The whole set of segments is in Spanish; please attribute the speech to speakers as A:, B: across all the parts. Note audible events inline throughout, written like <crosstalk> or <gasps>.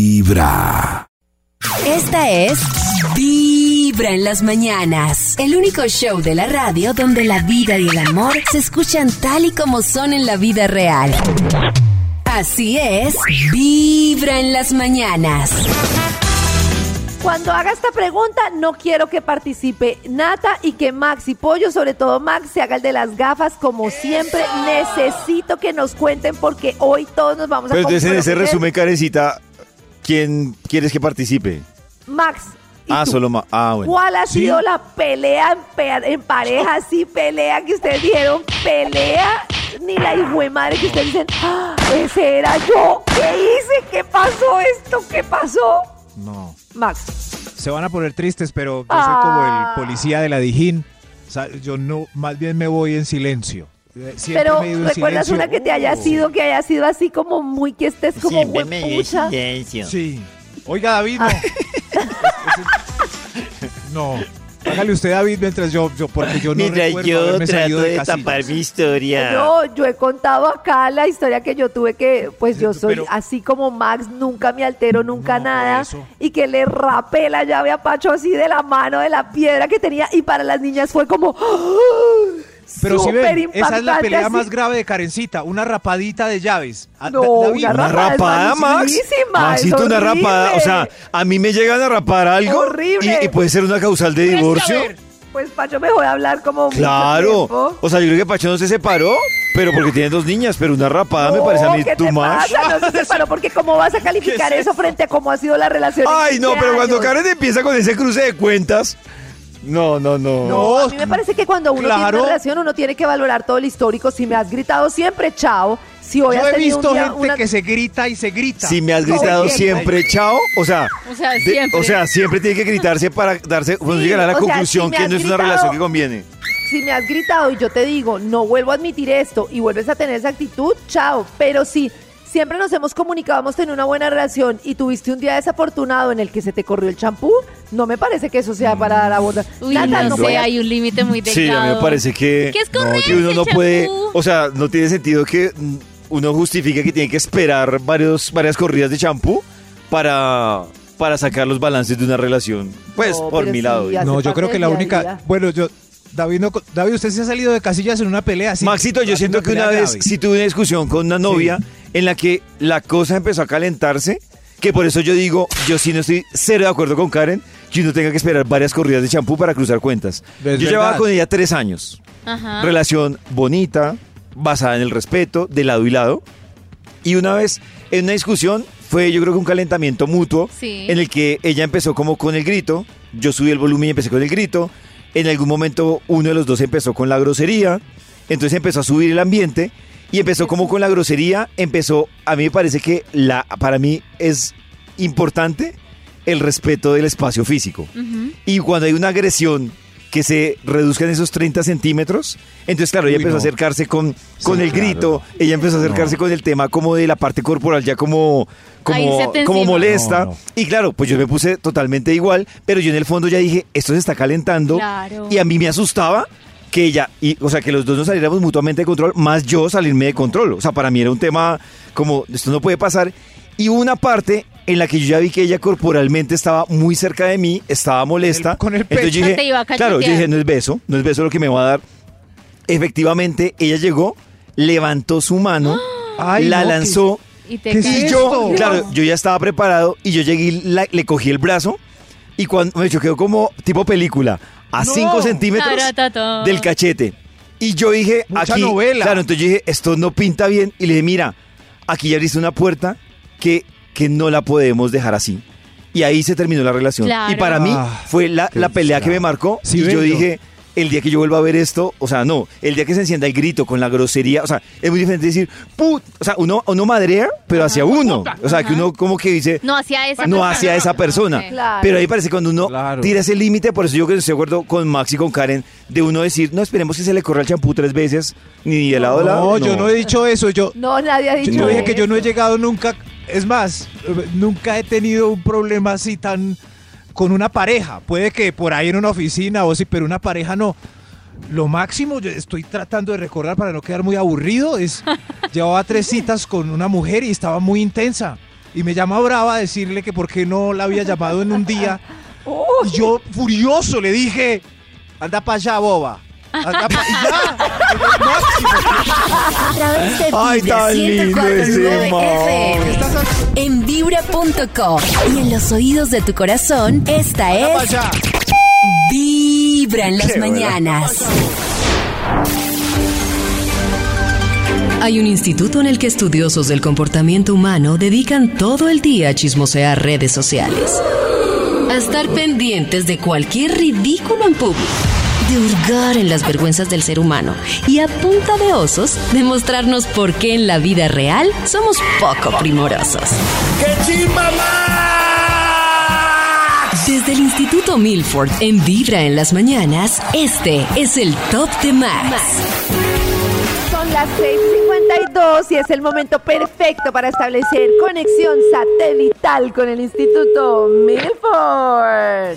A: Vibra.
B: Esta es Vibra en las mañanas, el único show de la radio donde la vida y el amor se escuchan tal y como son en la vida real. Así es, Vibra en las mañanas.
C: Cuando haga esta pregunta, no quiero que participe Nata y que Max y Pollo, sobre todo Max, se haga el de las gafas como siempre. Necesito que nos cuenten porque hoy todos nos vamos a
D: Pero entonces en Pues, ese
C: comprometer.
D: resumen, Karencita, ¿quién quieres que participe?
C: Max. ¿y
D: Ah,
C: tú?
D: solo más. Ah, bueno.
C: ¿Cuál ha sido la pelea en, pe- en
D: <laughs>
C: pareja, sí, pelea que ustedes dijeron, pelea? Ni la hijo de madre que ustedes dicen, "Ah, ese era yo, ¿qué hice? ¿Qué pasó esto? ¿Qué pasó?
E: No.
C: Max,
E: Se van a poner tristes, pero yo soy
C: Ah.
E: como el policía de la Dijín. O sea, yo no, más bien me voy en silencio. Eh, Siempre
C: pero
E: me he ido en
C: ¿recuerdas
E: silencio. Oh.
C: una que te haya sido, que haya sido así como muy Ah, que estés como
F: Siempre me dio
C: huepucha?
F: silencio.
E: Sí. Oiga, David, no. Ese- no. Hágale usted, David, mientras yo, yo porque yo no
F: Mientras
E: recuerdo
F: yo
E: haberme salido
F: trato
E: de
F: de
E: casillas.
F: tapar mi
E: Ah.
F: historia.
C: No, yo he contado acá la historia que yo tuve que, pues yo soy
E: Pero-
C: así como Max, nunca me altero, nunca
E: No, por
C: nada,
E: eso.
C: y que le rapé la llave a Pacho así de la mano de la piedra que tenía, y para las niñas fue como... ¡ah!
E: Pero si
C: súper
E: ven, esa es la
C: impactante,
E: pelea
C: así.
E: más grave de Karencita, una rapadita de llaves. Ah,
C: No,
E: Da- David,
C: una
D: ¿Una
C: Rapada es
D: rapada, Max?
C: malísima,
D: Maxito,
C: es
D: una
C: horrible.
D: rapada. O sea, a mí me llegan a rapar algo.
C: Horrible.
D: Y, y puede ser una causal de divorcio.
C: Pues Pacho me de hablar como... mucho
D: Claro.
C: tiempo.
D: O sea, yo creo que Pacho no se separó, pero porque tiene dos niñas, pero una rapada me parece a mí
C: No, ¿qué
D: too
C: te
D: much.
C: pasa? No se separó, porque cómo vas a calificar
D: <laughs> ¿Qué es
C: eso frente a cómo ha sido la relación. en
D: Ay, no,
C: 15
D: pero cuando
C: años?
D: Karen empieza con ese cruce de cuentas. No, no, no.
C: No, a mí me parece que cuando uno tiene
E: claro.
C: una relación, uno tiene que valorar todo el histórico. Si me has gritado siempre, chao. Si hoy
E: Yo
C: has
E: he
C: tenido un
E: visto
C: día
E: gente
C: una-
E: que se grita y se grita.
D: Si me has gritado
C: el tiempo.
D: siempre, chao. O sea,
G: O sea,
D: de-
G: siempre.
D: o sea, siempre tiene que gritarse para darse, cuando
C: Sí,
D: llegar a la
C: o sea, si
D: conclusión
C: me
D: que
C: has
D: no es una
C: gritado-
D: relación que conviene.
C: si me has gritado y yo te digo, no vuelvo a admitir esto y vuelves a tener esa actitud, chao. Pero si siempre nos hemos comunicado, hemos tenido una buena relación y tuviste un día desafortunado en el que se te corrió el champú, no me parece que eso sea para dar a borda.
G: Uy,
C: Nata,
G: no,
C: no
G: sé,
C: voy a-
G: hay un límite muy delgado.
D: Sí, a mí me parece que,
G: Que es
D: no,
G: correr,
D: que uno no
G: el
D: puede,
G: champú.
D: o sea, no tiene sentido que mm, uno justifique que tiene que esperar varios, varias corridas de champú para, para sacar los balances de una relación. Pues
C: No,
D: por
C: pero
D: mi
C: sí,
D: lado.
C: ya-
D: digo.
C: hace
E: No, yo
C: parte
E: creo que
C: del
E: la
C: día a
E: única.
C: día.
E: Bueno, yo. David, no, David, usted se ha salido de casillas en una pelea. sí.
D: Maxito, yo
E: Una
D: siento que
E: pelea
D: una vez
E: grave.
D: sí tuve una discusión con una novia en la que la cosa empezó a calentarse, que por eso yo digo, yo sí no estoy cero de acuerdo con Karen, que uno tenga que esperar varias corridas de champú para cruzar cuentas.
E: Es
D: yo
E: verdad.
D: llevaba con ella tres años.
G: Ajá.
D: Relación bonita, basada en el respeto, de lado y lado. Y una vez en una discusión fue yo creo que un calentamiento mutuo
G: Sí.
D: en el que ella empezó como con el grito, yo subí el volumen y empecé con el grito. En algún momento uno de los dos empezó con la grosería, entonces empezó a subir el ambiente y empezó como con la grosería, empezó a mí me parece que la para mí es importante el respeto del espacio físico.
C: <laughs>
G: Ujú.
D: Y cuando hay una agresión que se reduzca en esos 30 centímetros, entonces claro, ella
E: Uy,
D: empezó a
E: no.
D: acercarse con, con
E: Sí,
D: el
E: claro.
D: grito, ella empezó a acercarse con el tema como de la parte corporal, ya como,
G: A
D: como,
G: irse
D: como
G: encima.
D: molesta.
E: No, no.
D: Y claro, pues yo me puse totalmente igual, pero yo en el fondo ya dije, esto se está calentando
G: Claro.
D: y a mí me asustaba que ella, y, o sea, que los dos nos saliéramos mutuamente de control, más yo salirme de control. O sea, para mí era un tema como, esto no puede pasar. Y hubo una parte en la que yo ya vi que ella corporalmente estaba muy cerca de mí, estaba molesta.
E: Con el- con el
D: Entonces yo
G: pecho.
D: dije,
G: Te iba a cachetear.
D: claro, yo dije, no es beso, no es beso lo que me va a dar. Efectivamente, ella llegó, levantó su mano,
E: <gasps> Ay,
D: la
E: no,
D: lanzó
G: Y te
E: ¿Qué es
G: caes.
D: y
E: esto?
D: yo, claro, yo ya estaba preparado y yo llegué y la- le cogí el brazo y cuando me choqueó como tipo película, a
E: No.
D: 5 centímetros
G: Taratatá.
D: del cachete. Y yo dije,
E: Mucha
D: aquí,
E: novela.
D: claro, entonces yo dije, esto no pinta bien. Y le dije, mira, aquí ya abriste una puerta que, que no la podemos dejar así. Y ahí se terminó la relación.
G: Claro.
D: Y para mí
E: Ah,
D: fue la,
E: qué
D: la pelea que me
E: desgracia.
D: marcó.
E: Sí,
D: y yo
E: bello.
D: dije, el día que yo vuelva a ver esto, o sea, no, el día que se encienda el grito con la grosería, o sea, es muy diferente decir, put, o sea, uno, uno madrea, pero hacia uno. O sea, que uno como que dice,
G: No hacia esa
D: no
G: persona.
D: hacia esa persona.
G: Ok.
C: Claro.
D: Pero ahí parece cuando uno
E: Claro.
D: tira ese límite, por eso yo que estoy de acuerdo con Max y con Karen, de uno decir, no esperemos que se le corra el champú tres veces, ni de lado a lado.
E: No, yo no he dicho eso. Yo,
C: No, nadie ha dicho
E: yo dije
C: eso.
E: que yo no he llegado nunca. Es más, eh, nunca he tenido un problema así tan con una pareja. Puede que por ahí en una oficina o sí, pero una pareja no. Lo máximo, yo estoy tratando de recordar
C: <laughs>
E: para no quedar muy aburrido, es llevaba tres citas con una mujer y estaba muy intensa. y me llama brava a decirle que por qué no la había llamado en un
C: <laughs>
E: día. Y yo furioso le dije, anda para allá, boba. Anda pa' y ya, en el máximo.
B: A través de
D: Ay,
B: Vibra
D: tan lindo ese
B: 104.9
D: man.
B: FM. En vibra.com y en los oídos de tu corazón, esta
E: Anda pa'
B: es
E: allá.
B: Vibra en las
D: Qué bueno.
B: mañanas. Hay un instituto en el que estudiosos del comportamiento humano dedican todo el día a chismosear redes sociales. A estar pendientes de cualquier ridículo en público. De hurgar en las vergüenzas del ser humano. Y a punta de osos, demostrarnos por qué en la vida real somos poco primorosos. Desde el Instituto Milford, en Vibra en las mañanas, este es el Top de Max.
C: Son las 6:52 y es el momento perfecto para establecer conexión satelital con el Instituto Milford.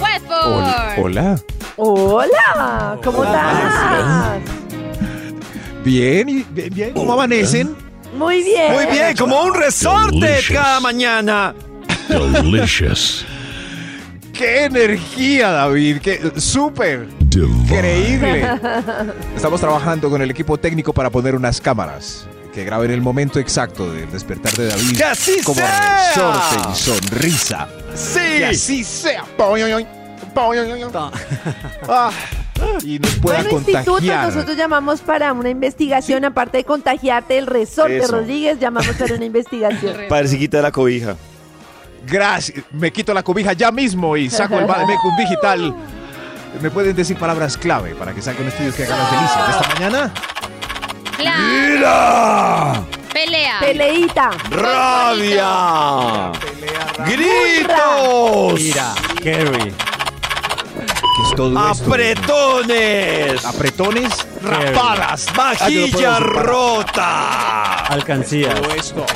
G: Pues,
A: Westport.
E: Hola.
C: Hola, ¿cómo estás?
E: Bien, y bien, bien. ¿Cómo amanecen?
C: Muy bien.
D: Muy bien, como un resorte
F: Delicious.
D: cada mañana.
F: Delicious.
E: ¡Qué energía, David! ¡Qué súper!
F: Divine.
E: Increíble.
C: <laughs>
E: Estamos trabajando con el equipo técnico para poner unas cámaras que graben el momento exacto del despertar de David.
D: ¡Que así
E: como
D: sea!
E: resorte y sonrisa.
D: Sí.
E: Que así sea. Poyoyoy, poyoyoy. Ah, y nos pueda
C: Bueno, instituto,
E: contagiar.
C: nosotros llamamos para una investigación, aparte de contagiarte el resorte
D: Eso.
C: Rodríguez, llamamos para una investigación.
D: Parece quitar la cobija.
E: Gracias. Me quito la cobija ya mismo y saco el
D: <laughs>
E: Bademecum digital. Me pueden decir palabras clave para que saquen estudios que hagan las delicias de esta mañana.
A: <laughs> Claro. Pelea.
C: Peleita.
D: ¡Rabia! ¡Gritos!
E: Mira, ¿Qué es todo esto?
D: ¡Apretones!
E: Apretones.
D: ¡Rapadas!
E: Ah, yo no puedo
D: ¡Vajilla
E: decir para-
D: rota!
G: Alcancías.
E: Todo esto.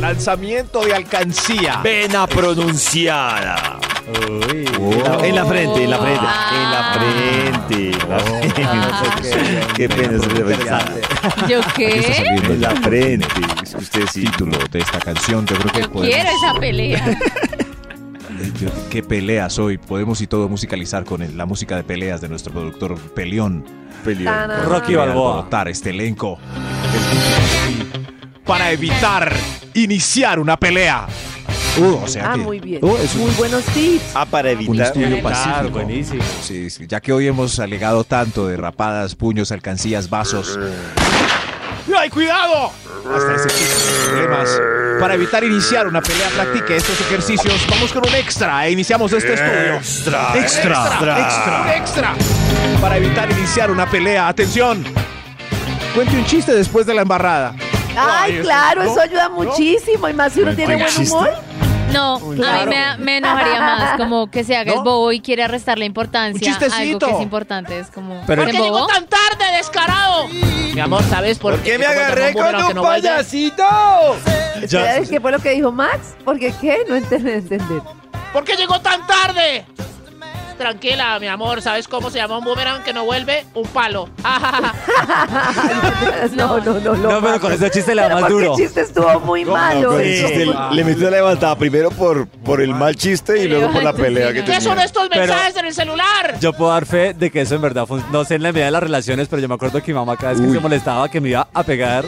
E: Lanzamiento de alcancía.
D: Vena pronunciada.
G: Uy.
D: Oh. En la frente, en la frente. En
G: Ah.
D: la frente. en
E: Ah,
D: la frente. <laughs> Qué pena eso de pensar.
A: <laughs> ¿Yo
E: Está
A: qué?
E: saliendo
D: En
E: el
D: la frente. Es que usted sí.
E: título de esta canción. Yo creo que
A: Yo
E: podemos-
A: quiero esa pelea.
E: Yo- Qué peleas hoy. Podemos y todo musicalizar con el- la música de peleas de nuestro productor Pelión.
D: Peleón.
C: Tana.
G: Rocky
E: Quiere
G: Balboa.
E: alborotar este elenco. Para evitar iniciar una pelea. Uh, o sea
C: Ah,
E: que-
C: muy bien.
E: Uh, es un-
C: Muy buenos tips.
D: Ah, para
E: un
D: evitar.
E: estudio
G: Claro,
E: pacífico.
G: buenísimo.
E: Sí, sí, ya que hoy hemos alegado tanto de rapadas, puños, alcancías, vasos. ¡Ay, cuidado! Hasta ese tipo de problemas. Para evitar iniciar una pelea, practique estos ejercicios. Vamos con un extra e iniciamos este estudio.
D: Extra,
E: extra, extra, extra, Para evitar iniciar una pelea, atención. Cuente un chiste después de la embarrada.
C: Ay,
E: eso-
C: claro,
E: no,
C: eso ayuda
E: no.
C: muchísimo. Y más si uno tiene buen humor.
A: No, a mí me, da- me enojaría más como que se haga el
E: ¿No?
A: bobo y quiere restarle importancia
E: Un
A: a algo que
E: chistecito.
A: es importante. Es como,
G: Pero-
A: ¿se embobó?
H: Mi amor, ¿sabes por,
D: ¿Por qué me agarré
H: tan
D: con
H: bombona que
D: un
H: no vayas?
D: payasito?
C: Espera, ¿Qué fue lo que dijo Max? Porque qué, no entendí <laughs> entender.
H: ¿Por qué llegó tan tarde? Tranquila, mi amor, ¿sabes cómo se llama un boomerang que no vuelve? Un palo. <laughs>
C: No, no, no,
G: No, pero con ese chiste le da
C: Pero
G: más
C: porque
G: duro.
C: el chiste estuvo muy malo.
D: con el
C: estuvo
D: chiste,
C: muy-
D: le metió la levantada primero por,
G: <laughs>
D: por el mal chiste y luego por la pelea que
H: ¿Qué son
D: tenía.
H: estos
G: Pero-
H: mensajes en el celular?
G: Yo puedo dar fe de que eso en verdad fue, no sé en la medida de las relaciones, pero yo me acuerdo que mi mamá cada vez que se molestaba que me iba a pegar,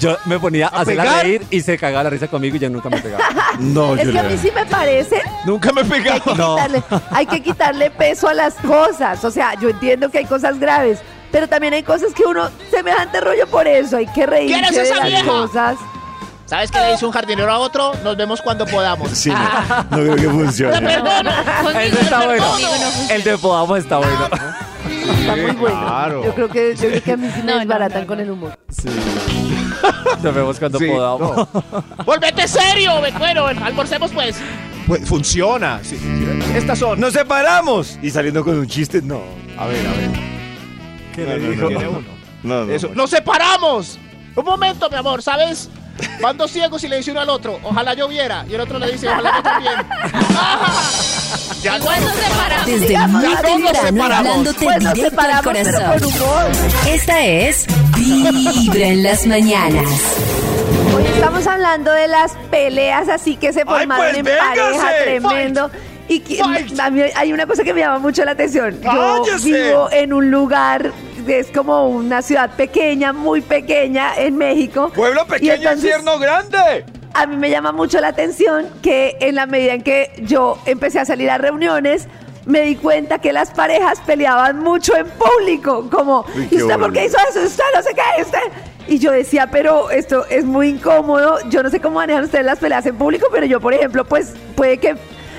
G: yo me ponía a, hacerla
E: pegar?
G: reír y se cagaba la risa conmigo y yo nunca me pegaba.
D: <laughs> No,
C: Es que a mí sí me parece
E: Nunca me pegaba.
G: No.
C: quitarle- hay que quitarle peso a las cosas. O sea, yo entiendo que hay cosas graves, pero también hay cosas que uno semejante rollo por eso. Hay que reírse
H: ¿Quién es
C: de
H: esa
C: las
H: vieja?
C: cosas.
H: ¿Sabes qué le dice un jardinero a otro? Nos vemos cuando podamos. <laughs>
D: Sí, no, no creo que funcione.
A: No, no, conmigo
G: Ese está
A: no,
G: bueno.
A: conmigo no funciona.
G: El de Podamos pues, está bueno.
C: Ah, Está muy bueno.
E: claro.
C: Yo creo que yo creo que a mí sí me
A: No, no,
C: desbaratan
A: no,
C: con
A: no.
C: el humor.
G: Sí. <laughs> Nos vemos cuando
E: Sí,
G: podamos.
H: ¡Volvete serio! me- Bueno, almorcemos pues.
E: Pues, funciona. sí. Estas son.
D: ¡Nos separamos! Y saliendo con un chiste, no.
E: A ver, a ver.
G: ¿Qué
D: No,
G: le
D: no,
G: dijo?
D: no,
E: Tiene
D: no.
E: uno.
D: No, no,
E: Eso,
D: no.
H: ¡Nos separamos! Un momento, mi amor, ¿sabes? Van dos ciegos y le dice uno al otro, ojalá yo viera. Y el otro le dice, ojalá yo también.
A: Igual nos separamos.
B: Desde
C: Digamos,
B: muy
C: claro, nos
B: temprano,
C: separamos.
B: hablándote
C: Pues nos
B: directo al
C: separamos, pero
B: corazón.
C: con humor.
B: Esta es Vibra en las mañanas.
C: Oigan, Hoy estamos hablando de las peleas así que se formaron
I: pues,
C: en
I: véngase.
C: pareja, tremendo. Y que-
I: Fight.
C: a mí hay una cosa que me llama mucho la atención. Yo
I: Cállese.
C: vivo en un lugar, es como una ciudad pequeña, muy pequeña en México.
I: Pueblo
C: Y
I: pequeño,
C: entonces,
I: infierno grande.
C: a mí me llama mucho la atención que en la medida en que yo empecé a salir a reuniones, me di cuenta que las parejas peleaban mucho en público, como,
I: Uy,
C: ¿y
I: qué
C: usted por
I: horror.
C: qué hizo eso? ¿Usted no se cae? ¿Usted? Y yo decía, pero esto es muy incómodo, yo no sé cómo manejan ustedes las peleas en público, pero yo, por ejemplo, pues puede que...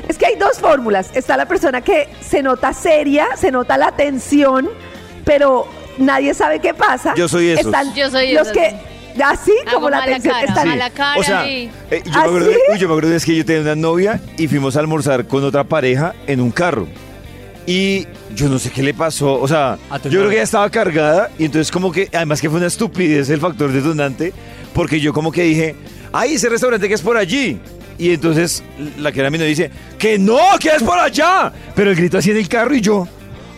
C: Es que hay dos fórmulas. Está la persona que se nota seria, se nota la tensión, pero nadie sabe qué pasa.
D: Yo soy esos.
C: Están
A: Yo soy
C: los
A: esos.
C: que, ah, así
A: Hago
C: como la
A: Ah, mala
C: tensión,
A: cara.
C: están
A: A la cara
D: o sea,
A: y-
D: eh, yo, me acuerdo,
C: ¿Ah, sí?
D: uy, yo me acuerdo es que yo tenía una novia y fuimos a almorzar con otra pareja en un carro. Y yo no sé qué le pasó, o sea,
E: Ah,
G: A tu
D: yo creo
G: novia.
D: que ella estaba cargada y entonces como que, además que fue una estupidez el factor detonante, porque yo como que dije, ay, ese restaurante que es por allí. Y entonces la que era mi novia dice, que no, que es por allá. Pero el grito así en el carro y yo,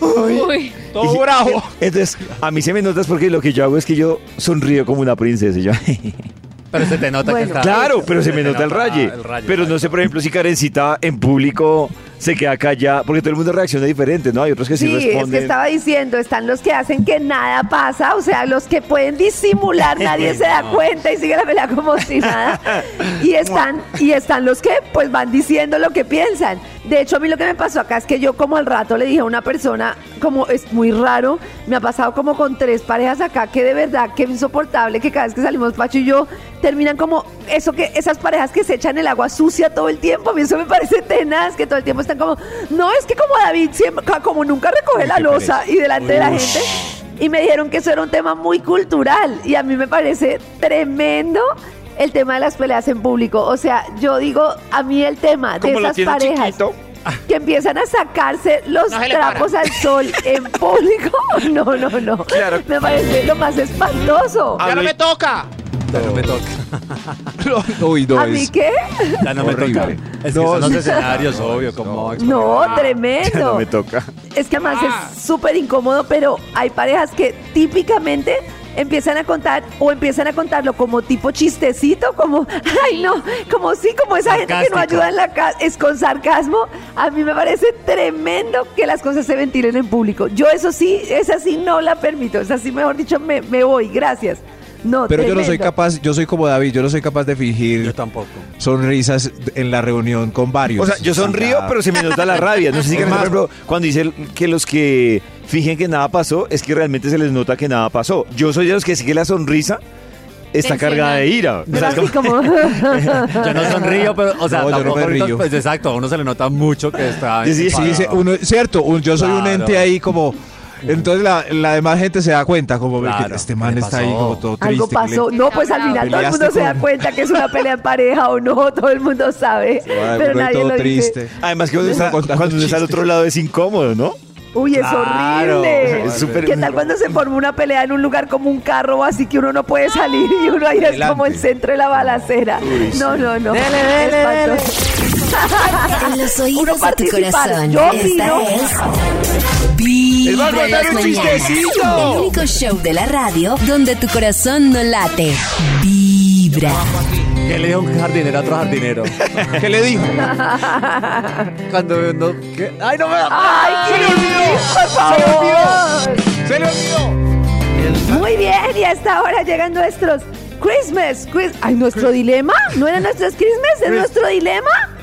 D: ay.
A: Uy.
E: Todo
D: Y-
E: bravo.
D: <laughs> Entonces, a mí se me notas porque lo que yo hago es que yo sonrío como una princesa. y yo, <laughs>
G: Pero se te nota
C: Bueno.
G: que está.
D: Claro, pero se
G: te
D: me nota el raye.
G: el raye,
D: Pero no sé, por ejemplo, si Karencita en público se queda callada, porque todo el mundo reacciona diferente, ¿no? Hay otros que sí,
C: Sí, es que
D: responden.
C: estaba diciendo, están los que hacen que nada pasa, o sea, los que pueden
D: <laughs>
C: disimular, nadie se da cuenta y sigue la pelea como si nada. Y están, y están los que pues van diciendo lo que piensan. De hecho, a mí lo que me pasó acá es que yo como al rato le dije a una persona, como es muy raro, me ha pasado como con tres parejas acá que de verdad que es insoportable que cada vez que salimos Pacho y yo terminan como eso que esas parejas que se echan el agua sucia todo el tiempo, a mí eso me parece tenaz, que todo el tiempo están como, no, es que como David siempre ca- como nunca recoge la losa y delante de la gente y me dijeron que eso era un tema muy cultural y a mí me parece tremendo el tema de las peleas en público, o sea, yo digo, a mí el tema de
I: Como lo
C: esas
I: tiene
C: parejas
I: chiquito.
C: que empiezan a sacarse los
H: No se le para.
C: trapos al sol
H: <laughs>
C: en público. <laughs> No, no, no.
D: Claro.
C: Me parece lo más espantoso.
D: A
H: Ya no
D: mí-
H: me toca.
G: Ya no me toca.
D: <laughs>
E: Uy, no,
C: ¿A mí
E: es-
C: qué?
G: Ya no me toca.
D: Horrible.
G: Es que son los escenarios, obvio, como.
C: No,
D: Ya no
C: tremendo.
D: me toca.
C: Es que además es súper incómodo, pero hay parejas que típicamente empiezan a contar o empiezan a contarlo como tipo chistecito, como, <laughs> ay no, como sí, como esa gente que no
G: Sarcástico.
C: ayuda en la casa, es con sarcasmo. A mí me parece tremendo que las cosas se ventilen en público. Yo eso sí, esa sí no la permito, esa sí, mejor dicho, me, me voy, gracias. No,
E: Pero yo no soy
C: tremendo.
E: capaz, yo soy como David, yo no soy capaz de fingir
G: Yo tampoco.
E: sonrisas en la reunión con varios.
D: O sea, yo sonrío, pero se me nota la rabia. No sé si, Karencita, por ejemplo, cuando dice que los que fingen que nada pasó, es que realmente se les nota que nada pasó. Yo soy de los que sí que la sonrisa está
A: Tensional.
D: cargada de ira. O
C: Pero
D: sea, es
C: así
D: como-
C: como...
G: Yo no sonrío, pero. O sea,
E: No, yo no
G: tampoco.
E: me
G: ahorita,
E: río.
G: pues exacto, a uno se le nota mucho que está.
D: Sí, sí,
E: Sí, sí,
G: enfadado.
E: uno, cierto, un- yo soy un
G: Claro.
E: ente ahí como. Entonces la, la demás gente se da cuenta, como ve que
G: Claro,
E: este man
G: ¿qué le
E: está ahí
G: pasó?
E: como todo triste.
C: Algo
E: que le-
C: pasó. No, pues al final todo el mundo se da cuenta que es una pelea en pareja o no, <laughs> todo el mundo sabe.
E: Ay,
C: pero
E: uno ahí
C: nadie
E: todo
C: lo dice.
E: triste.
D: Además que cuando
E: Estaba
D: está-
E: contando
D: cuando uno está al
E: chistes.
D: otro lado es incómodo, ¿no?
C: Uy, es
E: Claro,
C: horrible.
D: es súper-
C: ¿Qué tal cuando se formó una pelea en un lugar como un carro así que uno no puede salir y uno ahí es
E: Adelante.
C: como el centro de la balacera? No, no, no. Espantoso.
B: En los
C: Uno
B: oídos de tu
C: participar.
B: corazón.
C: Yo
B: Esta
C: opino.
B: es Vibra en las mañanas. El único show de la radio donde tu corazón no late. Vibra.
G: ¿Qué le dijo un jardinero a otro jardinero?
E: ¿Qué le dijo?
G: Cuando uno. ¿qué? ¡Ay, no me da!
C: ¡Ay, qué por favor!
E: ¡Se le olvidó!
C: Muy bien, y hasta ahora llegan nuestros Christmas. Chris- Ay, ¿nuestro dilema? ¿No eran nuestros Christmas? ¿Es nuestro dilema?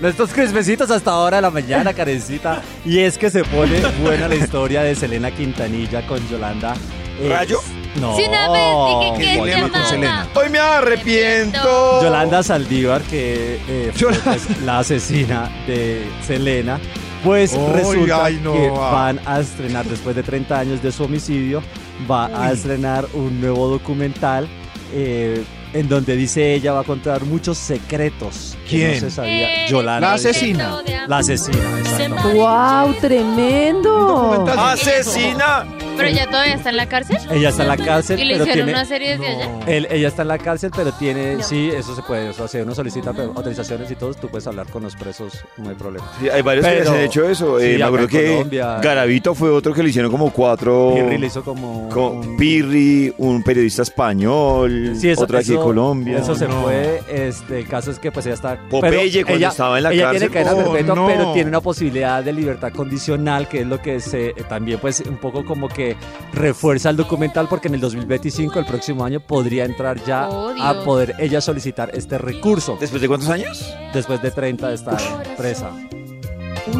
G: Nuestros crismecitos hasta ahora de la mañana, Karencita. Y es que se pone buena la historia de Selena Quintanilla con Yolanda. eh,
D: ¿Rayo?
G: No.
A: Sí, una vez dije que
E: dilema
A: es
E: con Selena.
A: llamada.
D: Hoy me arrepiento.
G: Yolanda Saldívar, que eh, fue, pues, la asesina de Selena, pues
E: Oy,
G: resulta
E: ay, no,
G: que
E: ah.
G: van a estrenar, después de 30 años de su homicidio, va a estrenar un nuevo documental eh, en donde dice ella va a contar muchos secretos que
E: ¿Quién?
G: no se sabía. Yolanda.
E: La
G: dice-
E: asesina.
G: La asesina, exacto.
C: ¡Wow! ¡Tremendo! Ah,
E: Documental.
D: ¡Asesina!
A: Pero ya todavía está en la cárcel.
G: Ella está en la cárcel,
A: Y le
G: pero
A: hicieron
G: tiene...
A: una serie desde allá.
G: Él- ella está en la cárcel, pero tiene,
A: No.
G: sí, eso se puede, o sea, si uno solicita pero, autorizaciones y todo, tú puedes hablar con los presos, no hay problema.
D: Sí, hay varios que
G: Pero-
D: se han hecho eso.
G: Sí,
D: Eh, me
G: acá
D: acuerdo
G: en
D: que
G: Colombia.
D: Garavito fue otro que le hicieron como cuatro.
G: Pirri le hizo como...
D: con
G: un-
D: Pirri, un periodista español,
G: Sí, eso-
D: otro aquí de
G: eso-
D: Colombia.
G: Eso se
E: No.
G: puede, este, el caso es que pues ella está...
D: Popeye,
G: pero
D: cuando
G: ella-
D: estaba en la
G: ella
D: cárcel.
G: tiene cadena
E: Oh,
G: perpetua,
E: no.
G: pero tiene una posibilidad de libertad condicional, que es lo que se, eh, también pues un poco como que refuerza el documental, porque en el 2025, el próximo año, podría entrar ya
A: Oh,
G: a
A: Dios.
G: poder ella solicitar este recurso.
D: ¿Después de cuántos años?
G: después de 30 de estar presa.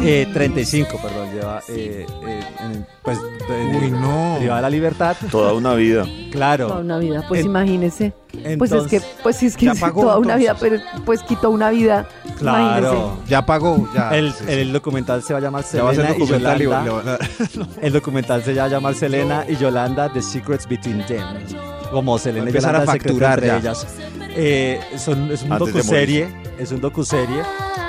G: Eh, 35, perdón, lleva eh, eh, en- pues de-
E: Uy, no.
G: privada de la libertad,
D: Toda una vida.
C: Toda
G: claro.
C: una vida, pues
G: En-
C: imagínese. Pues es que,
G: Entonces,
C: pues sí, es que <laughs>
E: Ya
C: sí,
E: pagó,
C: toda una vida, pero
E: entonces.
C: pues quitó una vida.
G: claro.
E: Ya pagó, ya.
G: El,
E: sí, sí.
G: el documental se va a llamar
E: Ya va a ser
G: Selena y
E: documental y le
G: Yolanda.
E: van a- <laughs>
G: El documental se va a llamar Selena y Yolanda The Secrets Between Them. Como Selena y
E: empezar
G: Yolanda
E: a
G: el secreto
E: facturar
G: entre
E: ya.
G: ellas. Eh, son- es un
D: Antes de
G: docuserie, es un docuserie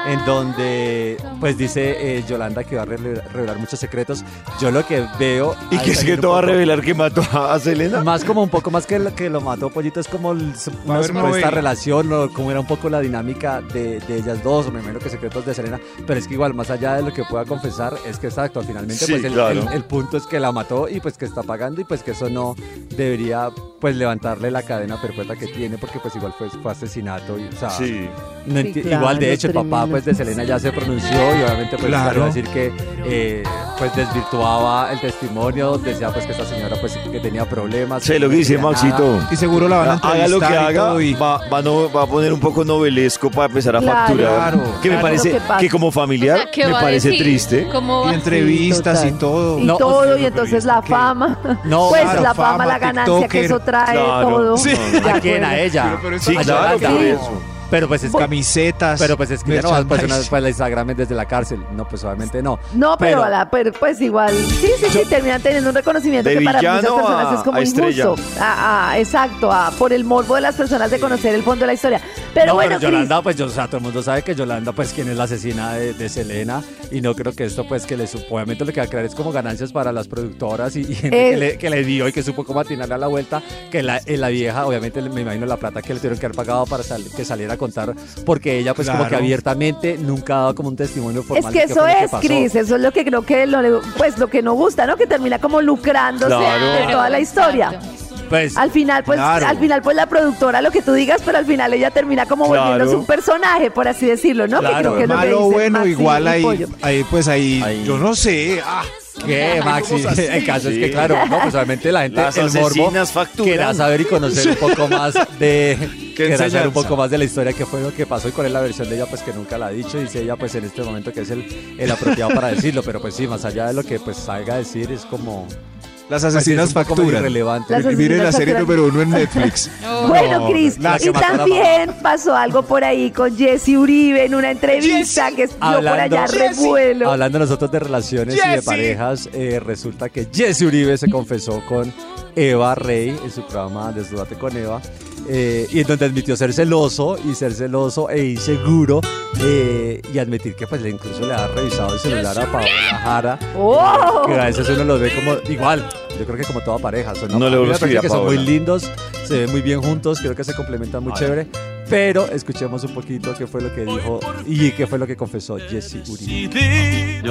G: en donde pues dice eh, Yolanda que va a rele- revelar muchos secretos. Yo lo que veo
D: ¿Y
G: ahí
D: qué es
G: también
D: que
G: un
D: todo va a
G: poco-
D: revelar que mató a Selena?
G: Más como un poco más que lo que lo mató Pollito, es como el-
E: a
G: una
E: haber
G: supuesta
E: novela.
G: relación o como era un poco la dinámica de, de ellas dos, o me imagino que secretos de Serena, pero es que igual, más allá de lo que pueda confesar, es que exacto, finalmente
D: Sí,
G: pues el,
D: claro.
G: el- el punto es que la mató y pues que está pagando y pues que eso no debería pues levantarle la cadena perpetua que tiene porque pues igual fue, fue asesinato y o sea,
D: Sí.
G: no
C: Sí,
G: enti-
C: claro,
G: Igual, de hecho, el papá
C: tremendo.
G: pues, de Selena ya se pronunció y obviamente pues,
E: Claro.
G: salió a decir que eh, pues, desvirtuaba el testimonio, decía pues que esta señora pues, que tenía problemas.
D: Sé lo que dice
G: no quería
D: Maxito. Ah,
G: nada.
E: Y seguro la van a
D: Haga lo que
E: entrevistar y
D: haga,
E: todo, y-
D: va, va no- va a poner un poco novelesco para empezar a
C: Claro.
D: facturar.
E: Claro,
D: que me
E: claro.
D: parece
C: Lo que pasa.
D: que como familiar
A: O sea, ¿qué
D: me
A: va a
D: parece
A: decir?
D: triste.
A: ¿Cómo
E: y
A: va?
E: entrevistas
C: Sí,
E: y
C: total.
E: todo.
C: Y
G: No,
C: todo,
E: pero-
C: y entonces
E: pero-
C: la
E: ¿qué?
C: fama.
G: No,
C: pues
E: claro,
C: la fama,
E: fama,
C: la ganancia que eso
E: tiktoker.
C: trae
D: Claro.
C: todo.
D: Sí.
C: De
G: ¿A quién?
C: acuerdo.
G: ¿A ella?
E: Pero eso
D: Sí,
G: ¿A
D: claro,
G: Yolanda?
D: por
C: Sí.
D: eso.
G: Pero pues es que-
E: Camisetas.
G: Pero pues es que ya no vas pues, una,
E: merchandising.
G: pues, la Instagram desde la cárcel. No, pues obviamente no.
C: No, pero,
G: Pero-
C: a la- pero, pues igual, sí, sí, sí, terminan teniendo un reconocimiento
D: De
C: que para muchas
D: villano
C: personas
D: a-
C: es como
D: a estrella.
C: injusto. Ah, ah, exacto, ah, por el morbo de las personas de conocer el fondo de la historia. Pero
G: no,
C: bueno,
G: pero
C: Cris,
G: Yolanda, pues yo, o sea, todo el mundo sabe que Yolanda, pues quien es la asesina de, de Selena, y no creo que esto, pues que le supo, obviamente lo que va a crear es como ganancias para las productoras y, y gente
C: Eh.
G: que, le, que le dio y que supo cómo atinarle a la vuelta, que la, eh, la vieja, obviamente le- me imagino la plata que le tuvieron que haber pagado para sal- que saliera a contar, porque ella pues como
E: Claro.
G: que abiertamente nunca ha dado como un testimonio formal.
C: es
G: de
C: que
G: qué
C: eso
G: fue lo que
C: es,
G: pasó.
C: Cris, eso es lo que creo que lo, pues, lo que no gusta, ¿no? Que termina como lucrándose
D: Claro.
C: de toda la historia.
A: Exacto.
G: Pues,
C: Al final, pues,
E: Claro.
C: al final, pues la productora, lo que tú digas, pero al final ella termina como
D: Claro.
C: volviéndose un personaje, por así decirlo, ¿no?
G: Claro.
C: que creo que es lo que
E: Malo,
C: dice
E: bueno,
C: Maxi
E: igual
C: y
E: ahí,
C: Pollo.
E: ahí, pues ahí,
G: Ahí.
E: yo no sé. Ah, <laughs>
G: ¿Qué, Maxi?
E: somos así.
G: El caso es
D: Sí.
G: que, claro, no, pues obviamente la gente,
D: Las
G: el morbo,
D: asesinas facturan.
G: querrá saber y conocer un poco más
D: <laughs>
G: de... Querrá saber
D: enseñanza.
G: un poco más de la historia, qué fue lo que pasó y cuál es la versión de ella, pues que nunca la ha dicho. Dice ella, pues en este momento que es el, el apropiado para decirlo, pero pues sí, más allá de lo que pues salga a decir, es como...
E: las
G: pues, es
E: asesinas
G: un poco
E: facturan.
G: irrelevante.
C: Las asesinas
E: Miren la serie
C: facturan.
E: número uno en
C: <laughs>
E: Netflix.
A: No.
C: Bueno, Cris,
G: la que
C: y
G: mató a la
C: también pasó algo por ahí con Jesse Uribe en una entrevista que dio por
G: Hablando-
C: allá
G: Jesse.
C: revuelo.
G: Hablando nosotros de relaciones y de
H: Jessy.
G: parejas, eh, resulta que Jesse Uribe se confesó con Eva Rey en su programa Desnúdate con Eva. eh, y en donde admitió ser celoso y ser celoso e inseguro eh, y admitir que pues le- incluso le ha revisado el celular a Paola Jara
C: ¡Oh!
G: que a veces uno los ve como igual yo creo que como toda pareja son,
D: No le
G: a mí
D: vuelvo a
G: me
D: escribir
G: parece
D: a
G: que son
D: Paola.
G: muy lindos se ven muy bien juntos creo que se complementan muy chévere pero escuchemos un poquito qué fue lo que dijo y qué fue lo que confesó Jesse Uribe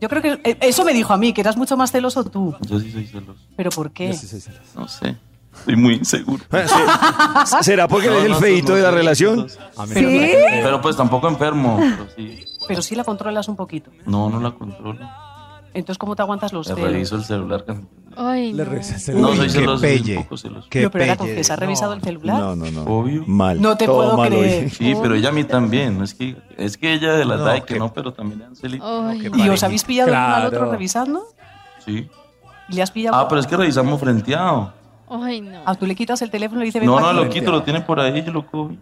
I: Yo creo que eh, eso me dijo a mí, que eras mucho más celoso tú.
J: Yo sí soy celoso.
I: ¿Pero por qué?
G: Yo sí soy celoso.
J: No sé. Estoy muy inseguro. Ah,
I: <laughs>
D: ¿Será porque él
J: No,
D: es el
J: no,
D: feito
J: no,
D: de la
J: no,
D: relación?
G: A mí
C: ¿Sí?
G: no me parece feo.
J: Pero pues tampoco
I: <laughs>
J: enfermo. Pero sí.
I: Pero sí la controlas un poquito.
J: No, no la controlo.
I: Entonces, ¿cómo te aguantas los
J: Le
I: celos?
J: reviso el celular. que-
A: Ay,
G: Le
A: no.
G: revisé el celular.
J: No soy
E: qué
J: celoso, soy
E: pelle.
J: un poco celoso.
E: Qué
I: Yo, pero la
E: pelle.
I: confesa, ¿has revisado el celular?
D: No, no, no.
J: Obvio.
D: Mal.
I: No te
D: Todo
I: puedo
D: mal hoy.
I: creer.
J: Sí, pero ella a mí también. No es que es que ella de la
E: No,
J: edad de que
E: qué-
J: no, pero también le han celito.
A: Ay,
I: ¿Y os habéis pillado el uno al
G: Claro.
I: otro revisando?
J: Sí.
I: ¿Y le has pillado?
J: Ah, pero es que revisamos frenteado.
A: ay, no.
I: Ah, tú le quitas el teléfono y le dices... ven
J: No,
I: para
J: no,
I: aquí.
J: lo quito, lo tiene por ahí, yo lo cojo.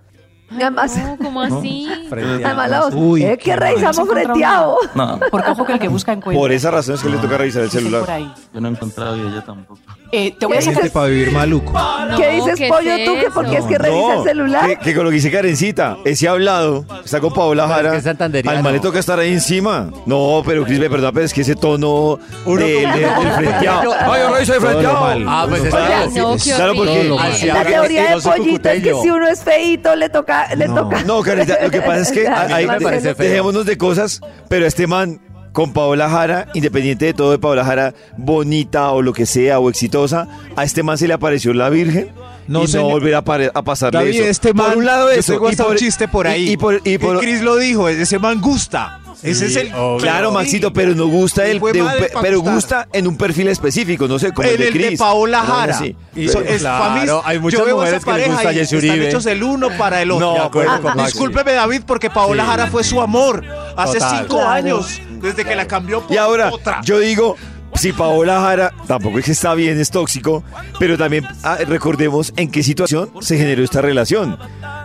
C: Además,
A: ¿Cómo
J: ¿no?
A: así?
J: Frente a-
C: además la voz,
E: Uy,
C: eh, que
E: qué
C: revisamos
I: mal.
C: frenteado.
J: No,
I: <laughs> Porque ojo que el que busca encuentra.
D: Por esa razón es que le toca revisar el
I: Dicen
D: celular.
I: por ahí.
J: yo no he encontrado y ella tampoco.
I: Eh, te voy a
C: ¿Qué?
I: sacar
E: Gente Este para vivir maluco.
A: No,
C: ¿Qué dices,
A: ¿qué
C: pollo,
A: es
C: tú? Que porque
A: eso?
C: es que revisa el
D: Que,
C: celular.
D: que con lo que dice Karencita, ese hablado, está con
G: Pero
D: Paola
G: es
D: Jara.
G: que es santanderiano.
D: al mal le toca estar ahí encima. No, pero Cris, me perdón, pero es que ese tono de, de, del frenteado.
G: No, yo reviso el frente. Ah, pues es
A: Oiga, no, qué
D: Claro, porque-
A: horrible.
G: Así
C: La
G: habla
C: teoría de
G: gracioso y
C: pollito es que
G: cucuteño.
C: si uno es feíto, le toca, le toca.
D: No, Karencita, Oh, lo
C: <laughs>
D: que pasa
G: <laughs>
D: es que
C: Ya,
D: hay-
G: me
D: de-
G: parece feo.
D: dejémonos de cosas, pero este man con Paola Jara, independiente de todo de Paola Jara, bonita o lo que sea, o exitosa, a este man se le apareció la Virgen.
E: No,
D: y no
E: señor.
D: volverá a, pare- a pasarle
E: David,
D: eso.
E: este man,
D: por un lado eso,
E: yo tengo
D: por- e-,
E: un chiste por ahí.
D: Y, y por, y por-
E: Chris lo dijo, ese man gusta. ese es el
D: Claro, Maxito, pero no gusta
E: Y
D: el,
E: fue
D: de un
E: madre
D: pe-
E: pa'
D: pero
E: gustar.
D: gusta en un perfil específico, no sé, como el,
E: en el de
D: Chris.
E: Paola
D: Una vaina
E: Jara.
D: así.
E: Y
D: Pero-
E: eso es
G: Claro,
E: famis-
G: hay
E: yo
G: muchas
E: veo esa
G: mujeres que les
E: pareja
G: gusta
E: y
G: Jessy
E: Están
G: Uribe.
E: hechos el uno
G: <laughs>
E: para el otro.
G: No, de acuerdo
E: Ah,
G: con Maxi.
E: discúlpeme, David, porque Paola
G: Sí.
E: Jara fue su amor hace
G: Total.
E: cinco
C: Claro.
E: años, desde que la cambió por
D: Y ahora,
E: otra.
D: yo digo, si Paola Jara tampoco es que está bien, es tóxico, pero también ah, recordemos en qué situación se generó esta relación.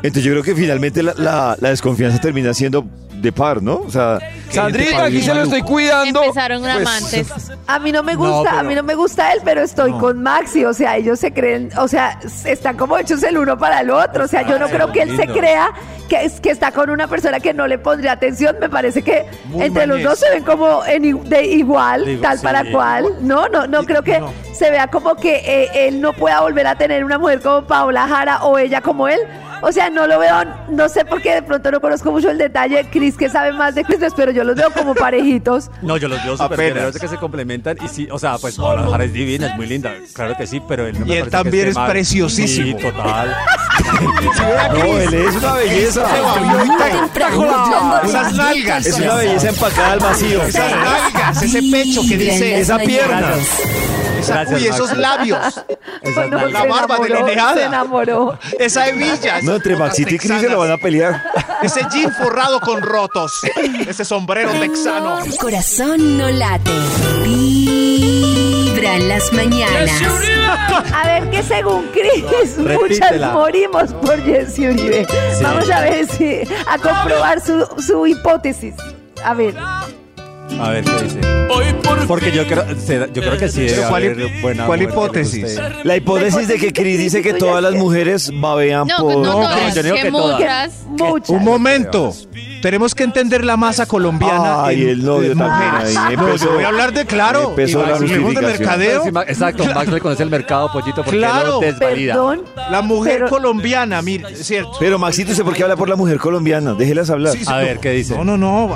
D: Entonces yo creo que finalmente la, la- la desconfianza termina siendo de par, ¿no? O sea,
E: Sandrita, aquí se lo estoy
A: cuidando. Empezaron amantes.
C: A mí no me gusta,
G: pero-
C: a mí no me gusta él, pero estoy con Maxi. O sea, ellos se creen, o sea, s- están como hechos el uno para el otro. O sea, yo no
G: Ay,
C: creo que él se
G: lindo.
C: crea que, es- que está con una persona que no le pondría atención. Me parece que
E: Muy
C: entre los
E: mañés.
C: dos se ven como en i- de igual,
G: Digo,
C: tal
G: sí.
C: para cual. No, no, no creo que
E: no.
C: se vea como que eh, él no pueda volver a tener una mujer como Paola Jara o ella como él. O sea, no lo veo, no sé por qué de pronto no conozco mucho el detalle. Cris que sabe más de Cris, pero yo los veo como parejitos.
G: No, yo los veo súper bien,
E: Apenas.
G: pero es que se complementan y sí, o sea, pues Paola Jara es divina, es muy linda, claro que sí, pero él no me
E: Y él
G: parece que
E: también
G: esté
E: es
G: mal.
E: preciosísimo.
G: Sí,
D: <laughs>
G: total.
D: no, él es una belleza.
E: <laughs> Esas nalgas.
D: Es una belleza empacada al vacío.
E: Esas nalgas, ese pecho que dice,
D: esa pierna.
E: esa-
G: Gracias,
E: uy, esos
G: Max.
E: labios,
G: Esas
C: No,
G: nalgas.
E: la barba
C: enamoró,
E: delineada.
C: Se enamoró.
E: esa hebilla.
D: No, entre Maxito y Cris se lo van a pelear.
E: Ese jean forrado con rotos, ese sombrero texano.
B: Tu corazón no late. Vibra en las mañanas.
C: A ver que según Cris, muchas
G: repítela.
C: morimos por Jessy Uribe. Vamos a ver si a comprobar su, su hipótesis. A ver,
G: A ver qué dice. Porque yo creo, será- yo creo que sí este, debe
E: Pero ¿cuál
G: haber
E: hip-
G: buena mujer
E: cuál
G: que le
E: hipótesis?
G: guste.
D: La hipótesis de que Cris dice que todas las mujeres babean
A: No,
D: por...
A: no
G: no,
A: todas,
G: yo digo
A: que
G: que todas.
A: muchas.
C: muchas.
E: Un momento. Tenemos que entender la masa colombiana.
D: Ay,
E: en-
D: el novio
E: de
D: también
E: mujeres.
D: ahí
E: No,
D: empezó-
E: yo voy a hablar de claro.
D: empezó
E: Y
D: la
E: hablemos de
D: justificación.
E: mercadeo.
G: Sí, Ma- Exacto, Max le conoce el mercado, pollito, porque
E: Claro.
G: lo desvalida.
C: Perdón.
E: La mujer
C: pero-
E: colombiana, mira, es cierto.
D: Pero Maxito, ¿sé por qué habla por la mujer colombiana? Déjelas hablar.
E: Sí, sí,
G: A ver, ¿qué dice?
E: No, no, no.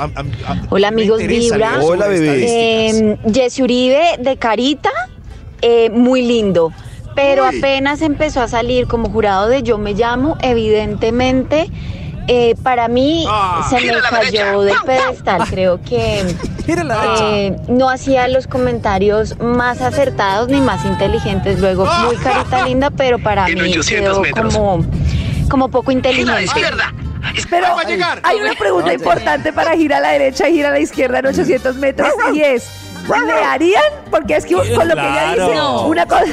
K: Hola, amigos Vibra.
D: Hola, bebé.
K: Eh, Jesse Uribe de Carita, eh, muy lindo. Pero apenas empezó a salir como jurado de Yo Me Llamo, evidentemente, eh, para mí
E: Ah.
K: se me cayó del
F: <laughs>
K: pedestal. Creo que eh, no hacía los comentarios más acertados ni más inteligentes. Luego, muy carita linda, pero para
F: Ah. En
K: mí
F: 800
K: quedó
F: metros.
K: como, como poco inteligente.
C: Pero
E: va a llegar.
C: hay una pregunta importante para gira a la derecha y gira a la izquierda en 800 metros y es... ¿Le harían? Porque es que con lo que ella dice,
G: Claro.
C: una, cosa,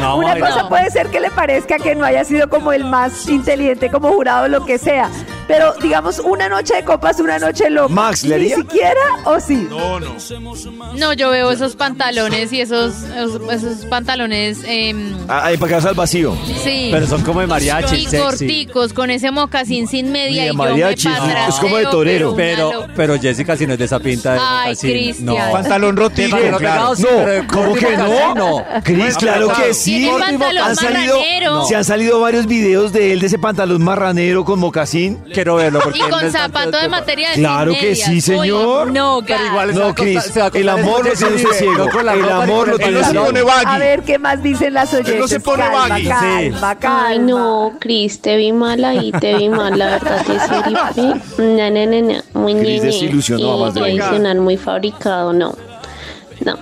G: No,
C: una
G: Mayra.
C: cosa puede ser que le parezca que no haya sido como el más inteligente como jurado, lo que sea. Pero digamos, una noche de copas, una noche loca.
D: Max, ¿le
C: ¿Ni
D: haría?
C: siquiera o sí?
E: No, no.
A: No, yo veo esos pantalones y esos, esos, esos pantalones. em,
D: Ah, empacadas al vacío.
A: sí.
G: Pero son como de mariachi,
A: y
G: sexy.
A: corticos con ese mocasín sin media
D: Ni de
A: y
D: mariachi,
A: yo me
D: sí.
A: pasaraseo,
D: Es como de torero.
A: Pero,
G: Pero, pero Jessica, si no es de esa pinta de
A: Ay,
G: mocasín,
A: Cristian.
G: no.
E: Pantalón rotillo.
G: Pantalón
E: claro.
G: pegado, sí, pero de
D: ¿Cómo
G: corto y
D: que no?
G: mocasín, no.
D: Cris, claro que sí.
A: Tiene pantalón
D: Han salido,
A: marranero.
D: Se han salido varios videos de él, de ese pantalón marranero con mocasín.
G: Quiero verlo porque
A: y
G: él no
A: con
G: es tan-
A: zapato de material. sin
D: Claro que
A: medias.
D: sí, señor.
A: Oye, no, pero
G: igual es- se va
D: No,
G: a costar-
D: Cris,
G: se va a costar
D: el amor
G: el
D: lo tiene
G: Jesse
D: usted
G: Uribe,
D: ciego.
G: no con la
D: El
G: ropa ni
D: amor
G: con
D: lo
G: el
D: tiene
E: Él no se
D: ciego.
E: pone baggy.
C: A ver qué más dicen las oyentes.
E: Él no se pone
C: calma,
E: baggy.
C: calma, calma.
K: Ay, no, Cris, te vi mal ahí, te vi mal, la verdad, que sí, na, na, na, na, muy ñeñe,
D: Cris desilusionó a
K: y
D: más de uno.
K: tradicional, muy fabricado, no, no,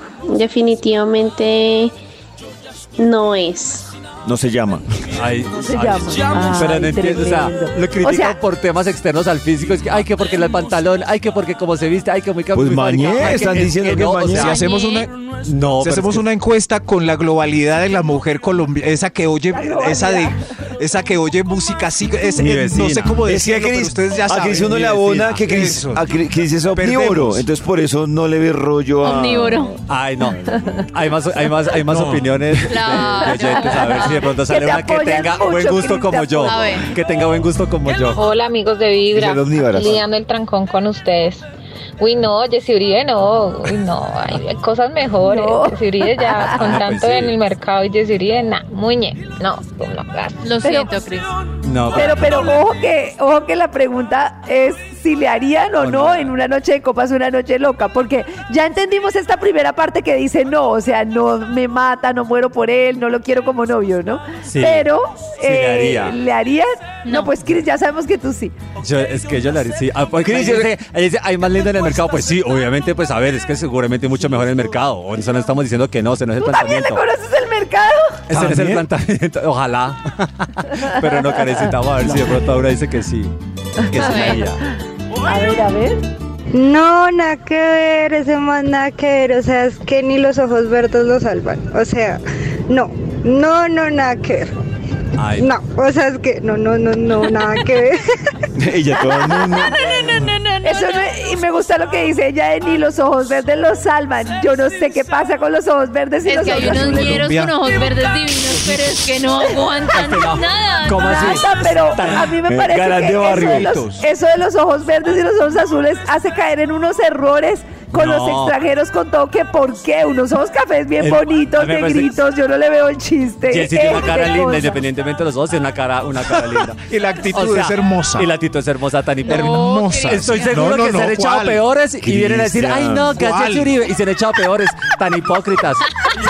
K: definitivamente no es.
D: No se llama.
G: Ay,
C: se
G: ay,
C: llama.
G: Pero no
C: Ay,
G: entiendo, o sea,
C: tremendo.
G: lo critican
C: O sea-
G: por temas externos al físico. Es que, ay, que porque el pantalón, ay, que porque como se viste, ay, que muy
D: Pues
G: muy
D: mañé,
G: fabricado, ay,
D: están diciendo que
G: o
D: mañé.
G: sea,
E: Si hacemos una,
G: no,
E: si
G: pero
E: hacemos
G: es que-
E: una encuesta con la globalidad de la mujer colombiana, esa que oye, esa de esa que oye música así, es,
D: Mi
E: eh, no sé
D: vecina.
E: cómo
D: Es que a
E: decirlo, pero
D: Cris-
E: ustedes ya
D: a
E: saben.
D: Cris uno
E: Mi
D: le abona
E: vecina.
D: que Cris,
E: Eso.
D: a Cri- Cris es omnívoro,
E: Perdemos.
D: entonces por eso no le ve rollo a...
A: Omnívoro.
G: Ah, Ay, no. Hay más, hay más, hay más opiniones de, de
A: Claro.
G: oyentes. A ver si de pronto sale
A: te
G: una que
A: apoyen
G: tenga
A: mucho,
G: buen gusto
A: Cris, te
G: como yo.
A: apoyen. A ver.
G: Que tenga buen gusto como yo.
L: Hola amigos de Vibra,
G: Ella es omnívora.
L: lidiando el trancón con ustedes. Uy no, Jessy Uribe no, uy no, hay hay cosas mejores. Jessy Uribe
A: <laughs>
L: ya con
G: Ah, pues
L: tanto
G: sí.
L: en el mercado y Jessy Uribe, na, muñe, no, tú no, gracias.
A: Lo siento, Cris.
G: No,
C: Pero, pero ojo que, ojo que la pregunta es si le harían o no en una noche de copas, una noche loca, porque ya entendimos esta primera parte que dice no, o sea, no me mata, no muero por él, no lo quiero como novio, ¿no?
G: Sí,
C: pero eh,
G: sí le haría.
C: ¿le harías? No. pues Cris, ya sabemos que tú sí.
G: Yo- es que yo la sí. Ah, pues, Cris, dice, ahí dice, hay más lindo en el mercado. Pues sí, obviamente, pues a ver, es que seguramente mucho mejor en el mercado. O Eso no estamos diciendo que no, ese no es el
C: ¿Tú también le
G: planteamiento.
C: conoces el mercado?
G: Ese no es el planteamiento, ojalá. <laughs> Pero no, Karencita, vamos a ver si de pronto ahora dice que sí. Que sí, la haría.
C: A ver, a ver.
M: No, nada que ver, ese más nada que ver, o sea, es que ni los ojos verdes lo salvan, o sea, no, no, no, nada que ver.
G: Ay.
M: No, o sea, es que no, no, no, no, nada que ver.
D: Ella todo
C: <laughs>
D: el mundo.
M: <laughs>
C: Eso no es- y me gusta lo que dice ella de ni los ojos verdes los salvan. Yo no sé qué pasa con los ojos verdes y
A: Es
C: los
A: que hay
C: ojos
A: unos
C: azules.
A: ñeros con ojos verdes divinos, pero es que no aguantan nada.
C: ¿Cómo
A: nada.
C: así? Pero a mí me
D: Eh,
C: parece
D: galán
C: que
D: de
C: eso de, los,
D: barriguitos.
C: eso de los ojos verdes y los ojos azules hace caer en unos errores con
G: No.
C: los extranjeros con todo que por qué unos ojos cafés bien
G: El- a
C: bonitos,
G: mí me parece
C: negritos, yo no le veo el chiste.
G: Jessie tiene una
C: Esa
G: cara linda,
C: cosa.
G: independientemente de los ojos, tiene una cara, una
E: <laughs>
G: cara linda.
E: Y la actitud
G: O sea,
E: es hermosa.
G: Y la actitud es hermosa, tan hiper-
E: Hermosa.
G: Estoy seguro
E: No, no,
G: que
E: no,
G: se han echado
E: ¿cuál?
G: peores y vienen a decir, ay no, que a
E: ¿Cuál?
G: Jessy Uribe. Y se han echado peores, tan hipócritas.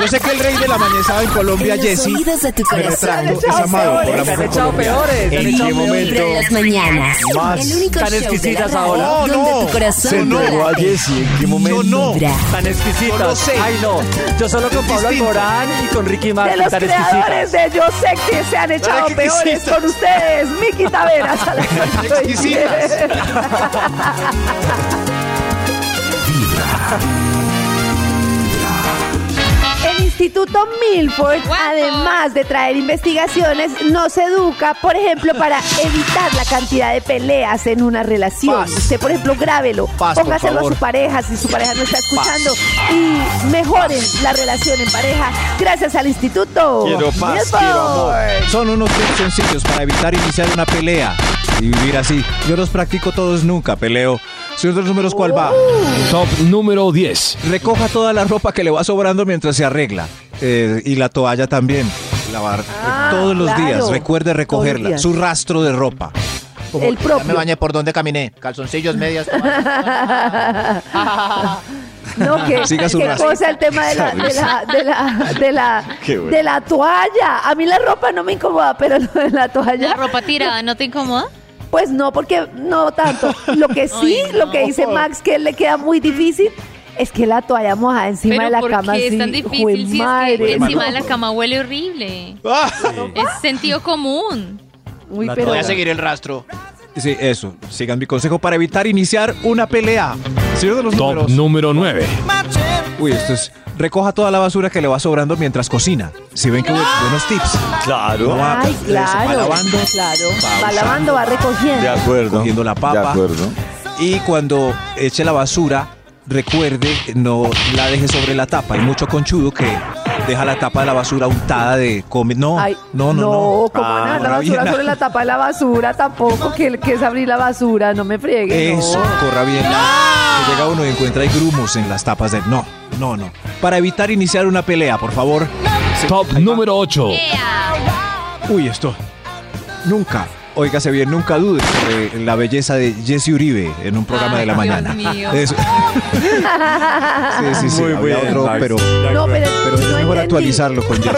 E: Yo sé que el rey de la mañana en Colombia,
B: En los
E: Jesse.
B: oídos de tu
E: me
B: corazón.
E: retracto, es amado por la
B: Se han
E: mujer
B: echado
E: colombiana.
B: peores, se han
E: ¿En
B: echado
E: qué
B: peores.
E: momento?
B: Vibra en las mañanas.
D: Más.
B: El único
G: Tan
B: show de la
G: exquisitas
B: radio
G: ahora.
B: donde
G: No, no.
B: tu corazón
D: Se
B: late.
D: enojó a Jessy, ¿en qué momento?
G: no.
B: Vibra.
G: Tan exquisitas.
E: Yo lo sé.
G: Ay no, yo solo con
E: Es
G: Pablo
E: distinto.
G: Alborán y con Ricky
C: De
G: Martin,
C: los
G: tan exquisitas.
C: creadores de Yo sé que se han echado
E: Tan
C: peores
E: exquisitas.
C: con ustedes, Miki
G: <laughs>
C: Taveras. Alejandro
E: Exquisitas.
C: Itier. El Instituto Milford, además de traer investigaciones, nos educa, por ejemplo, para evitar la cantidad de peleas en una relación.
E: Paz.
C: Usted, por ejemplo, grábelo,
E: Paz, por
C: póngaselo a su
E: favor.
C: pareja si su pareja no está escuchando y mejoren la relación en pareja gracias al Instituto
D: Quiero paz,
C: Milford.
D: quiero amor.
E: Son unos tips sencillos para evitar iniciar una pelea y vivir así. Yo los practico todos nunca, peleo. Señor de los números, ¿cuál va?
F: Top número 10.
E: Recoja toda la ropa que le va sobrando mientras se arregla. Eh, y la toalla también. Lavar eh,
C: Ah,
E: todos los
C: claro.
E: días. Recuerde
C: Todos los
E: recogerla.
C: días.
E: Su rastro de ropa.
H: Como,
C: El
H: ya Me
C: propio.
H: bañé por donde caminé. Calzoncillos, medias.
C: <laughs> No, que,
E: Siga su
C: qué
E: rastro.
C: cosa el tema de la, de la, de la,
E: <laughs>
C: de la,
D: Qué bueno.
C: de la toalla. A mí la ropa no me incomoda, pero lo de la toalla.
A: La ropa tirada, ¿no te incomoda?
C: Pues no, porque no tanto. Lo
A: <laughs>
C: que sí,
A: Ay,
C: lo que dice Max, que le queda muy difícil, es que la toalla mojada encima
A: Pero
C: de la
A: ¿por
C: cama.
A: qué es
C: sí,
A: tan
C: jue
A: difícil si es
C: madre.
A: que encima de la cama huele horrible?
E: ¡Ah!
A: Es sentido común.
C: Uy,
E: <laughs>
G: La
C: pero
H: Voy a seguir el rastro.
E: Sí, eso. Sigan mi consejo para evitar iniciar una pelea. Señor de los
F: Top
E: números.
F: número 9.
E: Uy, esto es. Recoja toda la basura que le va sobrando mientras cocina. Si ven que bu- buenos tips.
D: Claro.
E: No,
C: Ay,
E: pues,
C: claro.
E: va lavando,
C: claro. Va,
E: usando.
C: lavando, va recogiendo.
D: De acuerdo.
E: Cogiendo la papa.
D: De acuerdo.
E: Y cuando eche la basura, recuerde, no la deje sobre la tapa. Hay mucho conchudo que deja la tapa de la basura untada de come. No,
C: Ay,
E: no, no, no.
C: como
E: Ah,
C: la
E: corra
C: basura
E: bien
C: sobre la tapa de la basura, tampoco que, que es abrir la basura, no me friegue.
E: Eso,
C: no.
E: corra bien. la- que llega uno y encuentra hay grumos en las tapas de. No, no, no. Para evitar iniciar una pelea, por favor.
F: Top número 8.
E: Uy, esto. Nunca. Óigase bien, nunca dudes sobre la belleza de Jesse Uribe en un programa
A: Ay,
E: de la
A: Dios
E: mañana. <laughs>
A: mío.
E: Eso- Sí, sí, sí.
G: Muy
E: había
G: bien,
E: otro,
G: Max.
E: pero,
C: No, pero,
E: pero es
C: no
E: mejor
C: entendí.
E: actualizarlo con Jesse.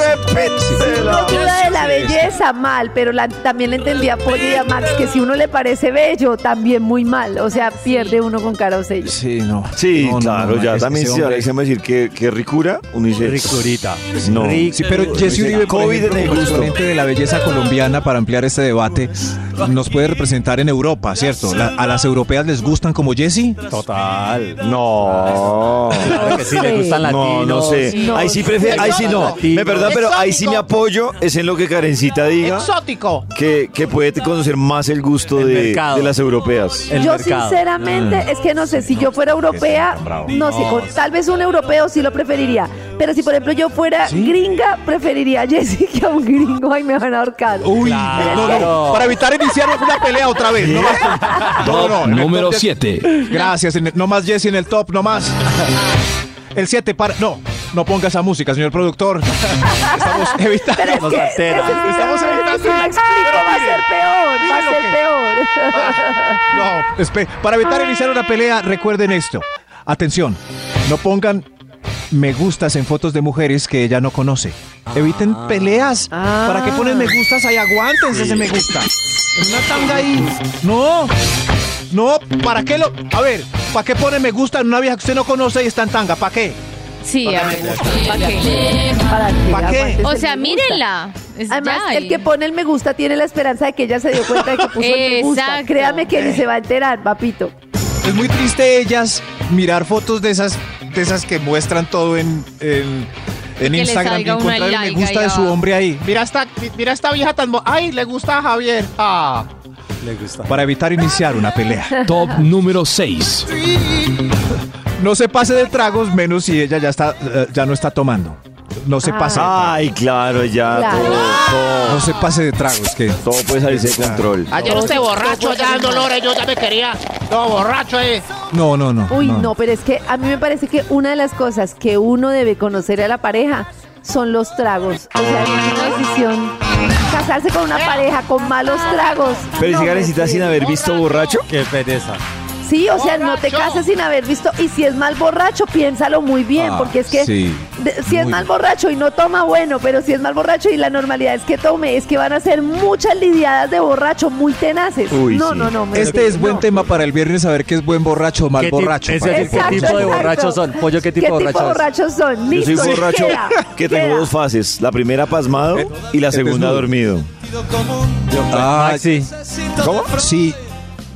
C: No duda de la belleza mal, pero la- también le entendí a Poli y a Max que si uno le parece bello, también muy mal. O sea, pierde uno con cara o sello.
E: Sí, no.
D: Sí,
E: No, no,
D: claro,
E: no,
D: ya
E: ese
D: también sí,
E: hombre-
D: ahora hicimos decir que, que ricura, uno dice...
G: Ricurita.
D: No.
E: Sí, pero
D: Uno
E: Jesse
D: dice,
E: Uribe, por
D: COVID en
E: ejemplo,
D: el
E: como
D: gusto.
E: exponente de la belleza colombiana, para ampliar este debate, nos puede representar en Europa, ¿cierto? La- ¿A las europeas les gustan como Jessie?
G: Total.
D: No.
G: <laughs> Claro que sí, le gustan
D: No, no
G: latinos.
D: sé.
G: No,
D: ahí sí prefiero, ahí sí no.
G: latinos.
D: Me perdón, pero ahí sí me apoyo es en lo que Karencita diga.
H: Exótico.
D: Que, que puede conocer más el gusto de,
G: mercado.
D: de las europeas.
C: yo sinceramente
D: Mm.
C: es que no sé, si yo fuera europea,
D: bravo.
C: no sé, con- tal vez un europeo sí lo preferiría. Pero si por ejemplo yo fuera gringa, preferiría a Jessie que a un gringo ay me van a ahorcar.
E: Uy, no, no, no. Para evitar iniciar una pelea otra vez. No más. No, no, en el
F: número
E: top de-
F: 7.
E: Gracias. en el- no más Jesse en el top, no más. El 7 para. No, no ponga esa música, señor
C: <laughs>
E: productor. Estamos evitando.
C: Pero es que, es que- si lo explico, va a ser peor, va a ser peor.
E: <laughs> No, espe- para evitar iniciar una pelea, recuerden esto. Atención, no pongan me gustas en fotos de mujeres que ella no conoce. Eviten
A: Ah.
E: peleas. ¿Para qué ponen me gustas ahí? Aguántense ese me gusta. Es una tanga ahí. No, no, ¿para qué lo...? A ver, ¿para qué ponen me gusta en una vieja que usted no conoce y está en tanga? ¿Para qué?
A: Sí, a ver. ¿Para qué?
C: ¿Para qué? Aguantes
A: O
C: el
A: sea,
C: me gusta.
A: mírenla. Es
C: Además,
A: ya,
C: el que pone el me gusta tiene la esperanza de que ella se dio cuenta de que puso el me gusta.
A: Exacto.
C: Créame que ni se va a enterar, papito.
E: Es muy triste ellas mirar fotos de esas, de esas que muestran todo en, en, en
A: le
E: Instagram y
A: salga una
E: encontrar el me
A: laiga
E: gusta
A: ahí
E: de su
A: abajo.
E: hombre ahí.
H: Mira esta, mi- mira esta vieja tan... mo- Ay, le gusta a Javier. Ah.
G: Le gusta.
E: Para evitar iniciar una pelea.
F: Top número 6.
E: No se pase de tragos, menos si ella ya, está, eh, ya no está tomando. No se pase.
D: Ay, claro, ya
C: Ah. Claro.
D: todo, todo.
E: No se pase de tragos, que Ah,
D: Todo puede salirse de control.
H: Ayer este borracho ya en dolores, yo ya me quería. No, borracho, eh.
E: No, no, no.
C: Uy, no. pero es que a mí me parece que una de las cosas que uno debe conocer a la pareja son los tragos. O sea, es una decisión. Casarse con una pareja con malos
A: Ah.
C: tragos.
D: Pero
C: No
D: si
C: me
D: Karencita sin
C: sirve.
D: haber visto borracho.
G: Qué pereza.
C: Sí, o sea, no te
H: Borracho.
C: casas sin haber visto. Y si es mal borracho, piénsalo muy bien,
E: Ah,
C: porque es que
E: sí.
C: de- si es
E: Muy
C: mal
E: bien.
C: borracho y no toma, bueno, pero si es mal borracho y la normalidad es que tome, es que van a ser muchas lidiadas de borracho muy tenaces.
D: Uy,
C: no,
D: sí.
C: no, no, me
E: Este es
C: no.
E: buen tema para el viernes saber qué es buen borracho o mal
G: ¿Qué tip-
E: borracho.
G: es
E: para
G: decir,
E: que-
G: qué tipo de borrachos son? Pollo, ¿qué tipo de borracho es?
C: borrachos son?
D: Yo
C: Listo,
D: soy borracho
C: queda,
D: que
C: queda.
D: tengo dos fases. La primera pasmado
G: Eh,
D: y la
E: el
D: segunda
E: desnudo.
D: dormido.
E: Ah,
G: sí.
D: ¿Cómo?
E: Sí.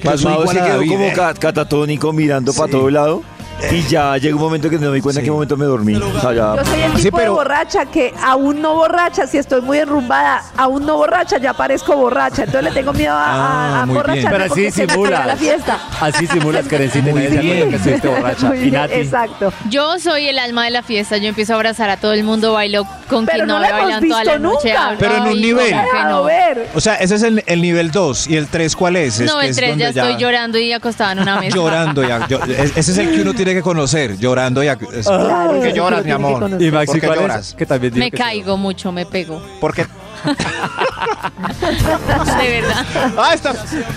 E: Que soy
D: Pasmado
E: igual
D: se
E: a
D: quedó
E: David,
D: como
E: eh.
D: ca- catatónico mirando para todo lado. Y ya llegó un momento que no me di cuenta en qué momento me dormí. O sea, ya-
C: Yo soy el tipo
E: Sí,
C: de
E: pero-
C: borracha que aún no borracha, si estoy muy enrumbada, aún no borracha, ya parezco borracha. Entonces le tengo miedo a, a,
E: Ah,
C: a
E: muy bien.
C: borracharme
G: Pero así
C: porque se me pega
G: simulas.
C: la fiesta.
G: Así simulas Karencita y nadie se acuerda que estuviste borracha.
C: Muy
G: Y
C: bien,
G: Nati.
C: Exacto.
A: Yo soy el alma de la fiesta, yo empiezo a abrazar a todo el mundo, bailo con
C: Pero
A: quien
C: no
A: no,
C: la
A: había
C: hemos
A: bailado toda
C: visto
A: la noche.
C: nunca.
A: Ay,
E: Pero en un
A: ¿cómo
E: nivel.
A: que
C: Déjalo
A: no?
C: ver.
E: O sea, ese es el, el nivel 2. ¿Y el 3 cuál Pues es? Es
A: No,
E: que
A: el
E: es
A: 3 ya
E: donde
A: estoy llorando y acostada en
E: <laughs>
A: una mesa.
E: Llorando ya. Yo- es- ese es el que uno tiene que conocer. Llorando ya. Es,
C: Claro,
E: ¿Por qué
C: uno
E: lloras,
C: tiene
E: mi
C: que
E: amor?
C: conocer.
G: Y Maxi,
E: ¿Por qué
G: ¿cuál es?
E: lloras?
G: Que también digo
A: Me
G: que sí.
A: caigo mucho, me pego. <laughs>
E: ¿Por <laughs> qué?
A: De verdad.
E: Ah, está,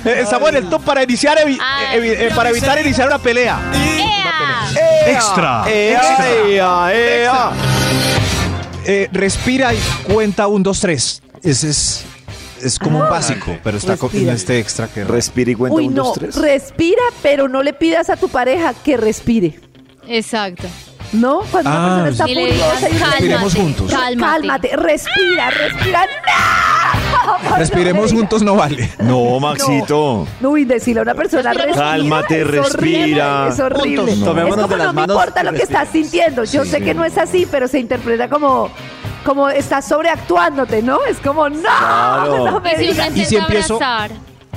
E: eh, estamos en el top para iniciar evi-
A: Ah.
E: evi- eh, para evitar iniciar una pelea.
A: ¡Ea!
E: Extra.
D: ¡Ea, ea, ea!
E: Eh, respira y cuenta 1, 2, 3. Ese es, es como un básico, pero está co- en
C: Respira.
E: este extra que
D: Ah. Respira y cuenta
C: Uy,
D: un,
C: no,
D: dos, tres.
C: respira, pero no le pidas a tu pareja que respire.
A: Exacto.
C: ¿No? Cuando
E: Ah,
C: una persona está
A: Y le digas,
C: furiosa y uno le
E: Respiremos
A: cálmate,
E: juntos.
A: cálmate.
C: Cálmate, respira, respira. ¡No!
E: Respiremos
C: No,
E: juntos, no vale.
D: No, Maxito.
C: No, uy, decirle a una persona, respira.
D: Cálmate,
C: es
D: respira.
C: horrible, Es horrible.
G: Juntos, no. Tomémonos
C: es como
G: de las
C: no me
G: manos
C: importa
G: y
C: lo que
G: respira.
C: estás sintiendo. Yo sé que no es así, pero se interpreta como, como estás sobreactuándote, ¿no? Es como, no,
D: Claro.
C: no me
A: Y si uno
C: digas.
A: intenta
E: si empiezo-
A: abrazar,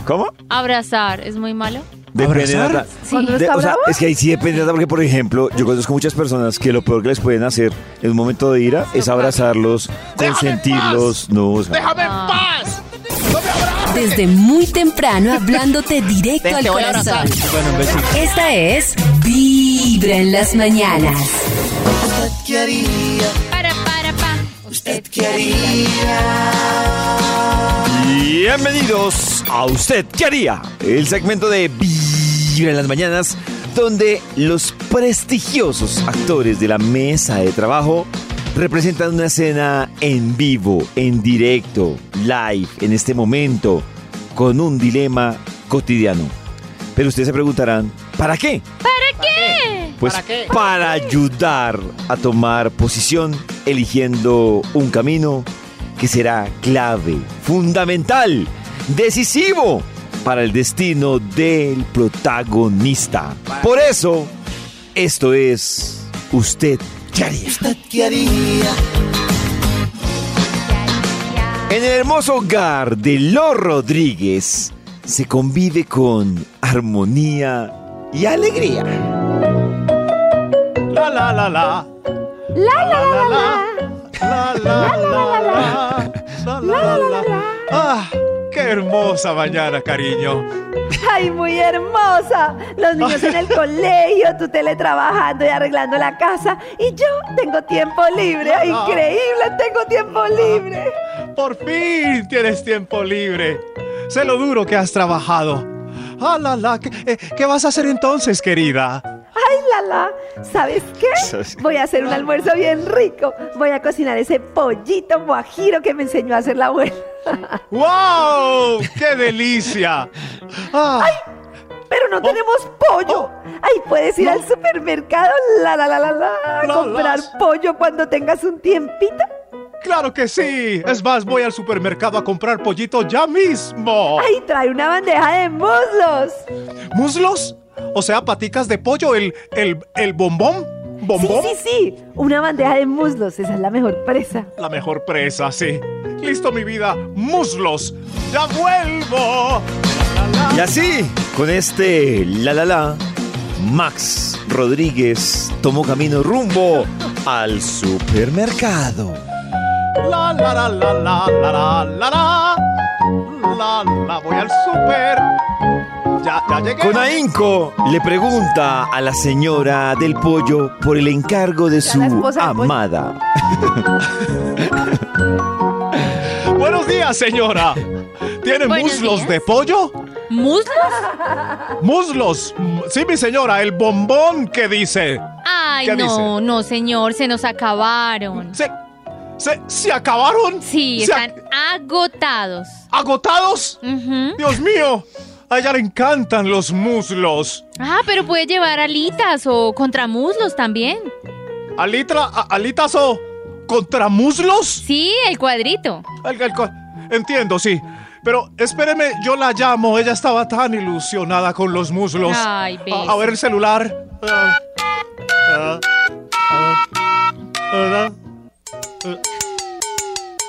D: ¿Cómo?
A: abrazar, ¿es muy malo?
D: Depende de
E: ¿Abrazar?
D: Nata.
C: Cuando uno
D: De-
C: está
D: o sea,
C: bravo.
D: es que ahí sí depende Nata, porque por ejemplo, yo conozco muchas personas que lo peor que les pueden hacer en un momento de ira es abrazarlos, consentirlos, no, o sea,
H: ¡Déjame en paz!
B: Desde muy temprano hablándote directo
H: Te-
B: al
H: te voy a
B: corazón.
H: abrazar.
B: Esta es Vibra en las mañanas.
A: Para, para, pa. Usted
D: Bienvenidos a Usted ¿Qué haría? El segmento de Vibra en las mañanas, donde los prestigiosos actores de la mesa de trabajo representan una escena en vivo, en directo, live, en este momento, con un dilema cotidiano. Pero ustedes se preguntarán, ¿para qué? Pues
H: ¿Para qué?
D: para ayudar a tomar posición, eligiendo un camino que será clave, fundamental decisivo para el destino del protagonista. Por eso, esto es Usted ¿qué haría? En el hermoso hogar de Los Rodríguez se convive con armonía y alegría.
H: La la la la.
N: La la la la.
E: La, la, la, la, la, la, la, la. Ah, qué hermosa mañana, cariño.
N: Ay, muy hermosa. Los niños en el colegio, tú teletrabajando y arreglando la casa. Y yo tengo tiempo libre. Ay, increíble, tengo tiempo libre.
E: Por fin tienes tiempo libre. Sé lo duro que has trabajado. Ah, la, la. ¿Qué, eh, qué vas a hacer entonces, querida?
N: Ay, la la. ¿Sabes qué? Voy a hacer un almuerzo bien rico. Voy a cocinar ese pollito guajiro que me enseñó a hacer la abuela.
E: ¡Wow! ¡Qué delicia!
N: ¡Ay! Pero no tenemos pollo. Ay, puedes ir al supermercado, la la la la la, a
E: La,
N: comprar
E: las.
N: pollo cuando tengas un tiempito.
E: ¡Claro que sí! Es más, voy al supermercado a comprar pollito ya mismo.
N: Ay, trae una bandeja de muslos.
E: ¿Muslos? O sea, paticas de pollo, el, el, el bombón. ¿Bombón?
N: Sí, sí, sí. Una bandeja de muslos, esa es la mejor presa.
E: La mejor presa, sí. Listo, mi vida. Muslos. Ya vuelvo.
D: Y así, con este la la la, Max Rodríguez tomó camino rumbo al supermercado.
E: La la la la la la la la la la la voy al super. Ya, ya llegué.
D: Con ahínco le pregunta a la señora del pollo por el encargo de su
E: esposa del pollo.
D: amada.
E: Buenos días, señora. ¿Tiene
A: Buenos
E: muslos
A: días.
E: de pollo?
A: ¿Muslos?
E: Muslos. Mm, Sí, mi señora, el bombón que dice.
A: Ay,
E: ¿Qué
A: no,
E: dice?
A: no, señor, se nos acabaron.
E: ¿Se, se, se acabaron?
A: Sí,
E: Se
A: están agotados.
E: ¿Agotados? Dios mío. A ella le encantan los muslos.
A: Ah, pero puede llevar alitas o contramuslos también.
E: Alitra, a- alitas o contramuslos.
A: Sí, el cuadrito.
E: El- el co- Entiendo, sí. Pero espéreme, yo la llamo. Ella estaba tan ilusionada con los muslos.
A: Ay,
E: a, a ver el celular. Ah, ah, ah, ah, ah.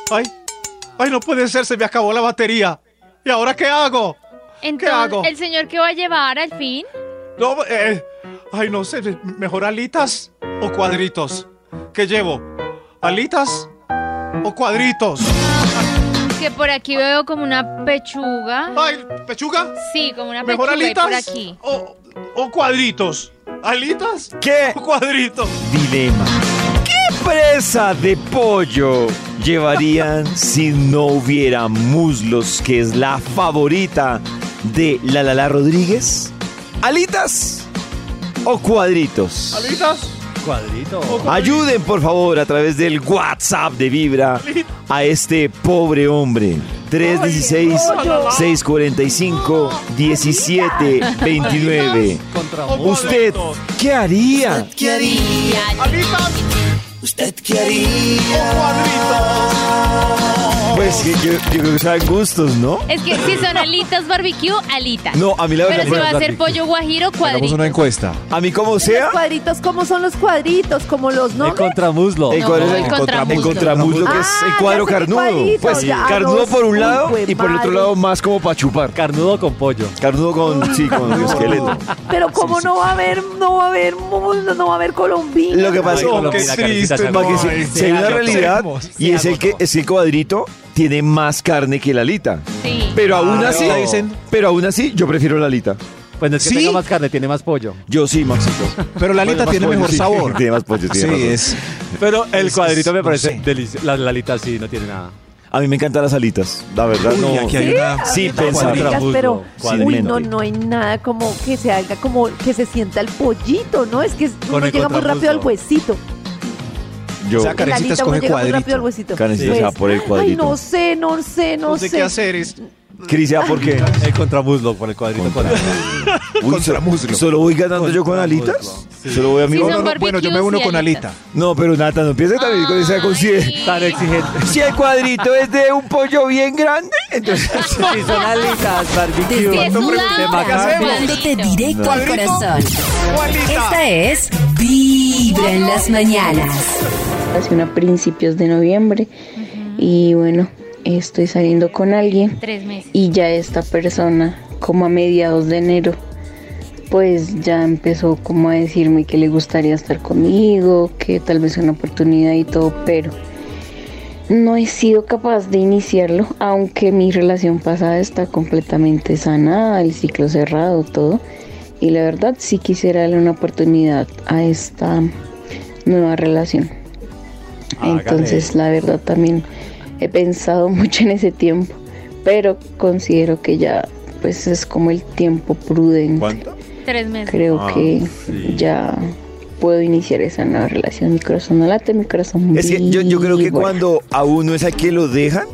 E: Ay, ay, no puede ser, se me acabó la batería. ¿Y ahora qué hago?
A: Entonces,
E: hago?
A: ¿el señor qué va a llevar al fin?
E: No, eh, ay, no sé, mejor alitas o cuadritos. ¿Qué llevo? ¿Alitas o cuadritos?
A: Que por aquí veo como una pechuga.
E: Ay, ¿pechuga?
A: Sí, como una
E: ¿Mejor
A: pechuga y por
E: alitas?
A: aquí.
E: ¿O cuadritos? ¿Alitas?
D: ¿Qué?
E: ¿O cuadritos?
D: Dilema. ¿Qué presa de pollo llevarían si no hubiera muslos, que es la favorita de la la la Rodríguez? ¿Alitas o cuadritos?
E: ¿Alitas?
G: Cuadrito.
D: Ayuden por favor a través del WhatsApp de Vibra a este pobre hombre. 316-645-1729. ¿Usted qué haría?
N: ¿Qué haría?
D: ¿Usted qué Pues que yo, yo creo que saben gustos, ¿no?
A: Es que si son alitas barbecue, alitas.
D: No, a mí la
A: Pero
D: verdad
A: si
D: no
A: va a
D: es
A: ser
D: barbecue.
A: pollo guajiro,
D: Hagamos
A: cuadrito.
D: una encuesta. A mí como sea,
C: Los cuadritos, ¿cómo son los cuadritos? ¿Como los
G: El
C: nombres?
G: contramuslo.
D: el, cuadro- el contramuslo. que es el cuadro
C: Ah, ya sé qué
D: carnudo.
C: cuadrito,
D: Pues sí,
C: ya,
D: carnudo
C: dos,
D: por un
C: uy,
D: lado
C: jue
D: y por el otro
C: madre.
D: lado más como para chupar.
G: Carnudo con pollo.
D: Carnudo con, sí, con esqueleto.
C: Pero ¿cómo no va a haber, no va a haber mundo, no va a haber colombino?
D: Lo que pasa
G: Ay,
D: es
G: Colombia,
D: que
G: la carecita se
D: porque
G: agotó.
D: si-
G: Ay,
D: si
G: se
D: hay una
G: agotó.
D: realidad
G: Se
D: y es el que
G: agotó.
D: es el cuadrito tiene más carne que la alita.
A: Sí.
D: Pero aún
G: Claro.
D: así,
G: Dicen-
D: pero aún así yo prefiero la alita.
G: Pues no es que
D: ¿Sí?
G: tenga más carne, tiene más pollo.
D: Yo sí, Maxito.
E: Pero la alita
D: más
E: tiene mejor
D: sí.
E: sabor.
D: <laughs> tiene más pollo, tiene
E: Sí,
D: razón.
E: es-
G: Pero el
E: Es-
G: cuadrito
E: es-
G: me
E: no
G: parece
E: sé.
G: delicioso. La, la alita sí, no tiene nada.
D: A mí me encantan las alitas, la verdad.
G: Uy,
D: no.
G: aquí hay una-
D: sí,
G: Sí,
D: pensar.
G: cuadritas,
D: Tramuslo,
C: Pero,
D: cuadrito.
C: uy, no, no hay nada como que se haga, como que se sienta el pollito, ¿no? Es que uno
D: el
C: llega muy rápido al
D: contramuslo.
C: huesito.
D: Yo,
C: La alita, uno llega muy rápido al huesito. Pues,
D: Carecita, o sea, por el
C: Ay,
D: cuadrito.
C: no sé, no sé, no,
E: No sé
C: sé.
E: qué hacer. Es,
D: Cris, ¿ya por qué?
G: <laughs> El contramuslo, por el cuadrito
D: Uy, so- ¿Solo voy ganando yo con alitas? ¿Solo voy a mi
E: Sí, son
D: bono?
E: barbecues Bueno, yo me uno y con alitas. alita.
D: No, pero Nata, no empieces también con esa conciencia. Tan exigente. Si el cuadrito es de un pollo bien grande, entonces...
G: Sí, son alitas, barbecue.
B: Desde
G: ¿Cuánto
B: Sudado,
G: pregunté, McCarthy?
B: hablándote directo al
G: Cuadrito.
B: corazón. Esta es Vibra en las mañanas.
O: hace una principios de noviembre y bueno, estoy saliendo con alguien
A: Tres meses.
O: y ya esta persona como a mediados de enero pues ya empezó como a decirme que le gustaría estar conmigo, que tal vez una oportunidad y todo, pero no he sido capaz de iniciarlo, aunque mi relación pasada está completamente sana, el ciclo cerrado, todo. Y la verdad sí quisiera darle una oportunidad a esta nueva relación.
K: Ah,
G: Hágale.
O: Entonces, la verdad también he pensado <laughs> mucho en ese tiempo, pero considero que ya pues es como el tiempo prudente.
A: Tres meses.
O: Creo
A: Ah,
O: que ya puedo iniciar esa nueva relación. Mi corazón no late, mi corazón
D: Es que yo, yo creo que
O: vibra.
D: cuando a uno es a que lo dejan,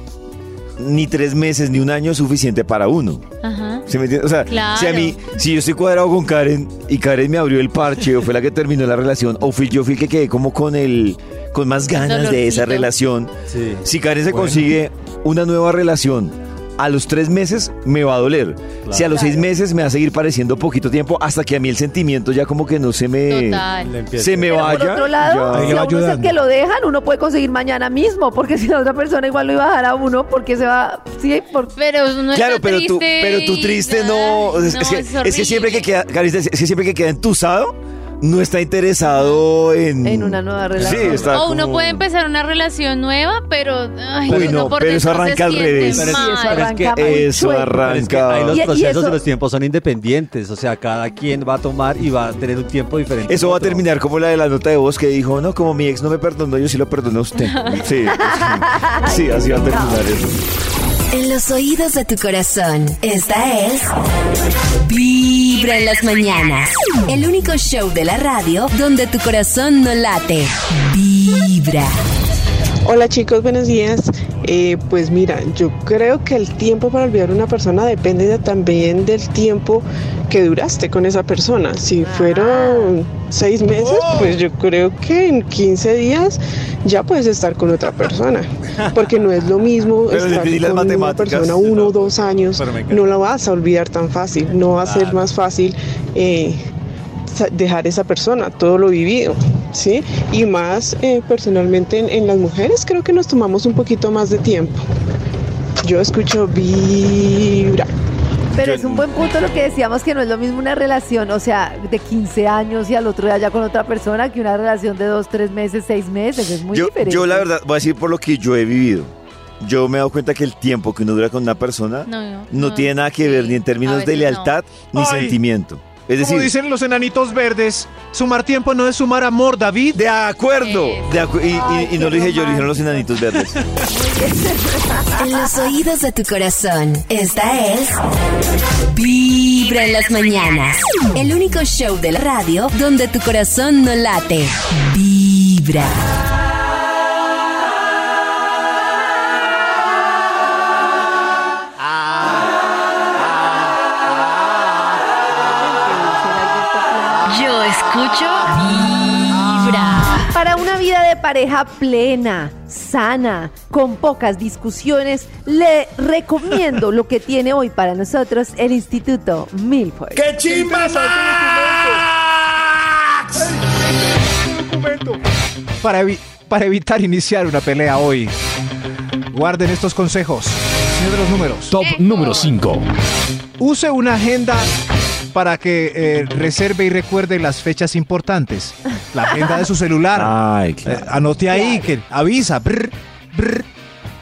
D: ni tres meses ni un año es suficiente para uno.
A: Ajá.
D: ¿Sí me entiende? O sea,
A: Claro.
D: si a mí, si yo estoy cuadrado con Karen y Karen me abrió el parche o fue la que terminó la relación o fui yo fui el que quedé como con el con más ganas de esa
G: dolorcito.
D: relación.
G: Sí.
D: Si Karen se
G: Bueno.
D: consigue una nueva relación a los tres meses me va a doler. Si a los seis meses me va a seguir pareciendo poquito tiempo hasta que a mí el sentimiento ya como que no se me
A: Total. Le empieza.
D: se me
C: Pero
D: vaya.
C: por otro lado,
D: ya.
C: si a uno es el que lo dejan, uno puede conseguir mañana mismo, porque si la otra persona igual lo iba a dejar a uno, porque se va, sí, por...
A: Pero uno
D: Claro, pero tú, pero tú triste no. Es,
A: no,
D: es que,
A: es
D: es que siempre que queda, Carita, es que siempre que queda entusado, no está interesado en.
E: Mm.
C: En una nueva relación.
D: Sí, está.
A: o uno
D: como-
A: puede empezar una relación nueva, pero. Ay,
D: Uy,
A: uno
D: no,
A: por
D: pero eso
A: dentro se
D: arranca al
A: siente
D: revés.
A: mal.
D: Pero es-
G: Pero es que
D: Arranca muy Eso chueco.
G: Pero es que
D: arranca.
G: ahí
D: Y-
G: los
D: y
G: procesos
D: eso-
G: y los tiempos son independientes. O sea, cada quien va a tomar y va a tener un tiempo diferente.
D: Eso va a terminar como la de la nota de voz que dijo, no, como mi ex no me perdonó, yo sí lo perdoné
E: <laughs>
D: a usted. Sí, sí, así va a terminar eso.
B: En los oídos de tu corazón. Esta es Vibra en las mañanas. El único show de la radio donde tu corazón no late. Vibra.
P: Hola chicos, buenos días. Eh, pues mira, yo creo que el tiempo para olvidar a una persona depende de- también del tiempo que duraste con esa persona. Si fueron seis meses, pues yo creo que en 15 días ya puedes estar con otra persona. Porque no es lo mismo
D: Pero le
P: estar
D: pedí las
P: con una
D: matemáticas.
P: persona uno o dos años.
D: me encanta.
P: No la vas a olvidar tan fácil. No va a ser más fácil. eh, sa- dejar esa persona, todo lo vivido, ¿sí? Y más eh, personalmente en, en las mujeres creo que nos tomamos un poquito más de tiempo. Yo escucho vibra.
C: Pero es un buen punto
P: <laughs>
C: lo que decíamos que no es lo mismo una relación, o sea, de 15 años y al otro día ya con otra persona que una relación de 2, 3 meses, 6 meses, Pues es muy
D: yo,
C: diferente.
D: yo la verdad voy a decir por lo que yo he vivido. Yo me he dado cuenta que el tiempo que uno dura con una persona
E: No,
D: no,
E: no,
D: tiene nada que ver ni en términos de
E: veces no.
D: lealtad ni
E: Ay.
D: sentimiento. Es decir,
E: Como dicen los enanitos verdes, sumar tiempo no es sumar amor, David.
D: De acuerdo. de acu- y- y, y no lo dije yo, lo dijeron los
C: <laughs>
D: enanitos verdes.
B: En los oídos de tu corazón. Esta es Vibra en las mañanas. El único show de la radio donde tu corazón no late. Vibra.
N: Yo escucho
C: Para una vida de pareja plena, sana, con pocas discusiones, le recomiendo lo que tiene hoy para nosotros el Instituto Milford.
H: ¡Qué chimba,
E: Para, evi- para evitar iniciar una pelea hoy, guarden estos consejos. Señor de los números.
F: Top número 5.
E: Use una agenda para que eh, reserve y recuerde las fechas importantes. La agenda de su celular. Eh, anote ahí que avisa. brr, brr.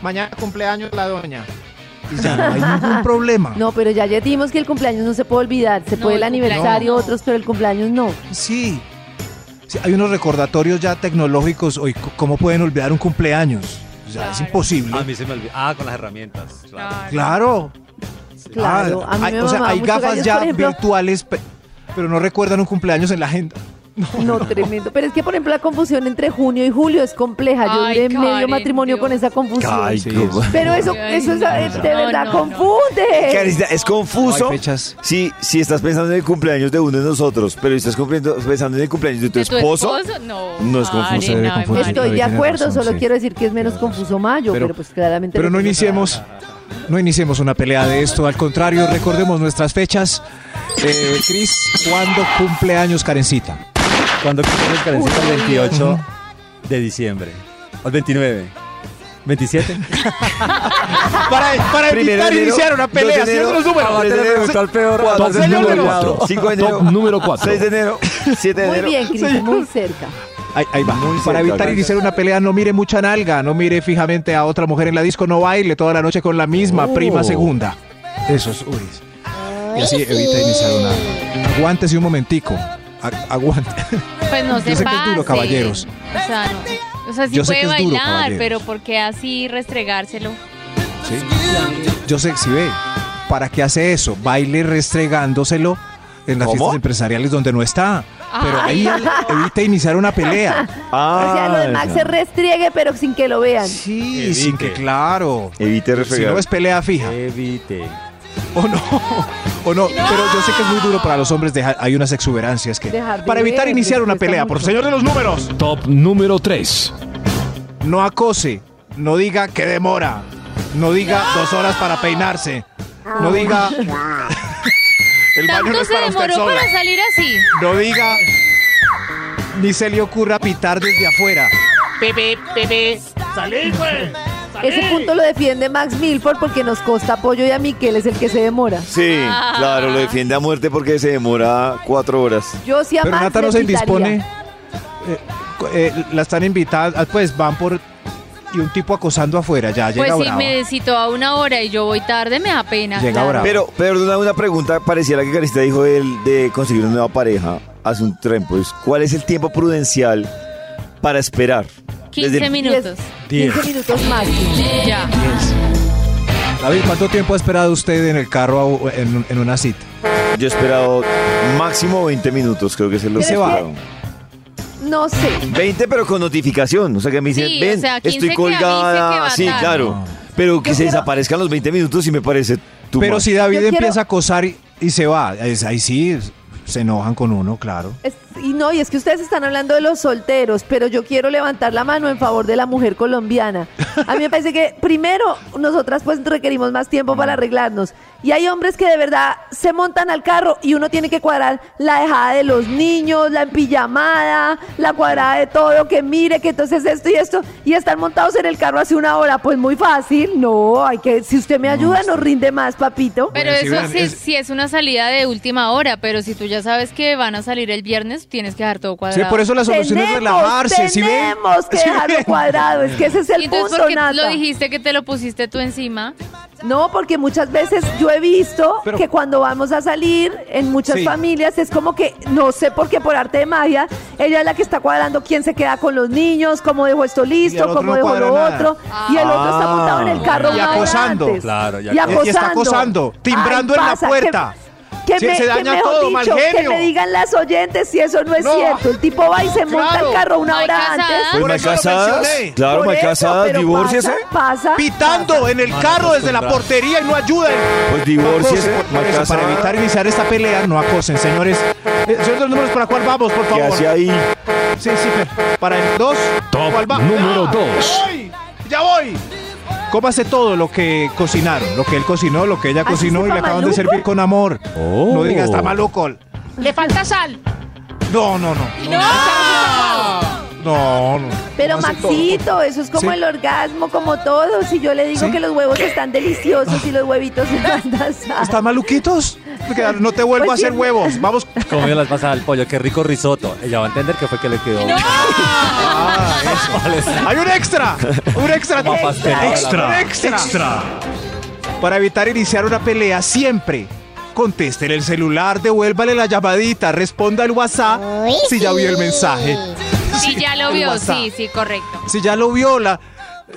E: Mañana cumpleaños la doña. Y ya no hay
C: <laughs>
E: ningún problema.
C: No, pero ya ya dijimos que el cumpleaños no se puede olvidar. Se
A: No,
C: puede el
A: el
C: aniversario, otros, pero el cumpleaños no.
E: Sí. Sí, hay unos recordatorios ya tecnológicos hoy. c- ¿Cómo pueden olvidar un cumpleaños? O sea, es imposible.
G: A mí se me olvidó. Ah, con las herramientas. Claro.
E: Claro.
C: Claro, a mí
E: hay,
C: me
E: o sea,
C: mamaba
E: hay
C: mucho
E: gafas
C: gallos,
E: ya
C: por ejemplo.
E: virtuales, pe- pero no recuerdan un cumpleaños en la agenda.
C: No, tremendo. Pero es que, por ejemplo, la confusión entre junio y julio es compleja. Yo
A: Ay,
C: duré medio
A: Karen,
C: matrimonio con esa confusión.
D: Ay,
C: Sí.
D: qué <laughs> bueno.
C: Pero eso, eso es,
A: Ay,
C: de
A: no, no,
C: verdad
A: no.
C: confunde.
D: Karencita, es confuso
E: Ay, fechas.
D: si, si estás pensando en el cumpleaños de uno de nosotros, pero si estás cumpliendo- pensando en el cumpleaños de tu,
A: ¿De tu
D: esposo,
A: esposo? No,
D: es confuso.
A: Karen, no, Pues sí,
C: Estoy
A: David
C: de
A: tiene
C: acuerdo,
E: razón,
C: solo
E: sí.
C: quiero decir que es menos confuso mayo, pero,
E: Pero-
C: pues claramente.
E: Pero no
C: nosotros-
E: iniciemos, no iniciemos una pelea de esto. Al contrario, recordemos nuestras fechas. Eh, Cris, ¿cuándo cumple años Karencita?
G: Cuando cumplimos Karencita el 28 de diciembre. O el 29. ¿27?
E: Para, para
D: Primero
E: evitar
D: de enero,
E: iniciar una pelea,
D: dos de enero,
E: haciendo los números.
D: tres de enero,
G: peor.
D: cuatro,
G: entonces,
D: seis de
G: número
D: enero,
G: cuatro.
D: cinco de enero,
F: Top número 4.
D: 6 de enero, 7 de
C: Muy
D: enero.
C: bien, Cris, muy cerca.
E: Ahí, ahí va. Para
D: cerca,
E: evitar
D: ¿no?
E: iniciar una pelea, no mire mucha nalga, no mire fijamente a otra mujer en la disco, no baile toda la noche con la misma
D: Oh.
E: prima segunda. Eso es, uy. Y así evita iniciar una. Aguántese un momentico. A- Aguante. <laughs>
A: Pues no
E: Yo
A: se
E: sé que es duro,
A: pase.
E: caballeros.
A: O sea, no. O sea, sí
E: Yo sé
A: puede
E: que es duro,
A: bailar,
E: caballeros.
A: pero ¿por qué así restregárselo?
E: Sí. Yo sé, si ve, ¿para qué hace eso? Baile restregándoselo en las
D: ¿Cómo?
E: fiestas empresariales donde no está. Pero ahí
C: Ay.
E: evita iniciar una pelea.
C: <laughs>
D: Ah,
C: o sea, lo de Max se restriegue, pero sin que lo vean.
E: Sí, sin que, claro.
D: Evite
E: Si
D: refregar.
E: no es pelea fija.
G: Evite.
E: O no, o no, pero yo sé que es muy duro para los hombres, dejar- hay unas exuberancias que...
C: Dejar de
E: para evitar
C: ver,
E: iniciar
C: les
E: una
C: cuesta
E: pelea,
C: mucho.
E: por señor de los números,
F: Top número 3.
E: no acose, no diga que demora, no diga dos horas para peinarse, no diga... El baño no
A: Tanto
E: es
A: se
E: para usted
A: demoró
E: sola,
A: para salir así.
E: no diga... Ni se le ocurra pitar desde afuera.
H: Pepe, Pepe. Salí, güey. Salí.
C: Ese punto lo defiende Max Milford porque nos costa apoyo y a Miquel es el que se demora.
D: Sí,
A: Ah.
D: claro, lo defiende a muerte porque se demora cuatro horas.
C: Yo sí a
E: Pero
C: Max
E: Nata
C: le
E: no se
C: pitaría.
E: indispone. Eh, cu- eh, la están invitada, pues van por... Y un tipo acosando afuera, ya llega
A: Pues si
E: bravo.
A: me citó a una hora y yo voy tarde, me da pena.
E: Llega
A: claro.
E: bravo.
D: Pero, perdona, una pregunta pareciera que Carista dijo del- de conseguir una nueva pareja hace un tiempo. es, ¿Cuál es el tiempo prudencial para esperar?
A: 15
D: Desde-
A: minutos.
C: 10, 15 minutos máximo.
A: Ya.
E: David, ¿cuánto tiempo ha esperado usted en el carro o en, en una cita?
D: Yo he esperado máximo 20 minutos, creo que es
C: Pero
D: lo que
C: es
D: esperaron.
C: No sé.
D: 20, pero con notificación. O sea, que me dicen,
A: Sí, o
D: ven,
A: sea, 15
D: estoy
A: que avise que
D: colgada.
A: va
D: Sí,
A: tarde.
D: claro. Pero que se desaparezcan los 20 minutos sí me parece too
E: Pero
D: much.
E: si David
C: Yo quiero-
E: empieza a acosar y, y se va, es- ahí sí es- se enojan con uno, claro.
C: Es- y no, y es que ustedes están hablando de los solteros, pero yo quiero levantar la mano en favor de la mujer colombiana. A mí me parece que primero nosotras pues requerimos más tiempo para arreglarnos. Y hay hombres que de verdad se montan al carro y uno tiene que cuadrar la dejada de los niños, la empillamada, la cuadrada de todo, que mire, que entonces esto y esto, y están montados en el carro hace una hora. Pues muy fácil, no, hay que, si usted me ayuda, nos rinde más, papito.
A: Pero
E: Bueno, si
A: eso
E: vean,
A: Pues sí
E: es-
A: sí es una salida de última hora, pero si tú ya sabes que van a salir el viernes, tienes que dejar todo
E: Sí,
A: cuadrado.
E: por eso la solución es relajarse. ¿sí ven?
C: tenemos que
E: ¿Sí
C: dejarlo
E: ven?
C: cuadrado, es que ese es
A: ¿Y
C: el
A: entonces
C: punto,
A: por qué
C: Nata.
A: lo dijiste que te lo pusiste tú encima?
C: No, porque muchas veces yo he visto
E: Pero-
C: que cuando vamos a salir, en muchas
E: Sí.
C: familias es como que, no sé por qué, por arte de magia, ella es la que está cuadrando quién se queda con los niños, cómo dejó esto
E: Y el
C: listo,
E: otro
C: cómo
E: no
C: dejó
E: cuadra
C: lo
E: nada. Ah.
C: otro. Y el otro está montado en el carro.
E: Y
C: una hora
E: acosando,
C: antes.
G: claro, y
C: Y
G: acosando.
C: acosando.
E: Y está acosando, timbrando en la
C: pasa,
E: puerta.
C: Que, que
E: Sí,
C: me,
E: se
C: que
E: daña
C: mejor
E: todo, mal
C: dicho, que
E: genio.
C: me digan las oyentes si eso no es
E: No.
C: cierto. El tipo va y se monta
E: Claro.
C: el carro una
A: No hay
C: hora
A: casada.
C: antes.
D: Pues
E: Por
D: mal
E: eso lo
D: casadas,
E: mencioné.
D: claro,
C: Por
D: mal
C: eso,
D: casadas,
C: pero
D: divórciese.
C: Pasa, pasa.
E: Pitando en el carro desde la portería y no ayudan.
D: Pues divórciese,
E: Por
D: mal
E: eso, para
D: casada.
E: evitar iniciar esta pelea, no acosen, señores. Eh, señor, los números para cuál vamos, por
D: ¿Qué
E: favor.
D: hace ahí?
E: Sí, sí, pero para el 2.
F: Top número dos.
E: ¡Ah! ¡Ya voy! Cómase todo lo que cocinaron, lo que él cocinó, lo que ella
C: ¿Así
E: cocinó y
C: sepa
E: le acaban de
C: maluco?
E: servir con amor.
G: Oh.
E: No digas, está maluco.
H: Le falta sal.
E: No, no, no. No, no.
C: Pero
E: Cómase todo.
C: Maxito, eso es como
E: Sí.
C: el orgasmo, como todo. Si yo le digo
E: ¿Sí?
C: que los huevos están deliciosos y los huevitos están tasados.
E: ¿Están maluquitos? Porque No te vuelvo
C: Pues
E: a hacer
C: sí.
E: huevos. Vamos.
G: Comió las pasas al pollo, qué rico risoto. Ella va a entender que fue que le quedó.
E: Ah, eso. Hay un extra. <laughs> Un extra.
G: Como pastelado.
E: extra. Extra. Para evitar iniciar una pelea siempre. Contéstele el celular, devuélvale la llamadita, responda al WhatsApp si ya vio el mensaje.
A: Sí, ya lo
E: el
A: vio,
E: WhatsApp.
A: sí, sí, correcto.
E: Si ya lo vio, la,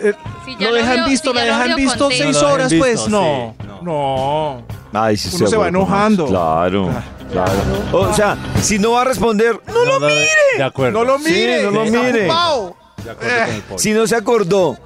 E: eh,
A: Si ya
E: lo
A: lo
E: dejan
A: vio,
E: visto,
A: si
E: la
A: ya lo
E: dejan
A: vio,
E: visto
A: conté.
E: seis
G: No, lo dejan
E: horas,
G: visto,
E: pues
G: sí,
E: no.
G: no.
E: No.
D: Ay, sí,
E: Uno
D: estoy de
E: se va
D: acuerdo con
E: enojando.
D: eso. Claro. O sea, si no va a responder, no, lo mire.
G: De acuerdo.
D: No lo mire. no lo mire. <laughs> Si no se acordó,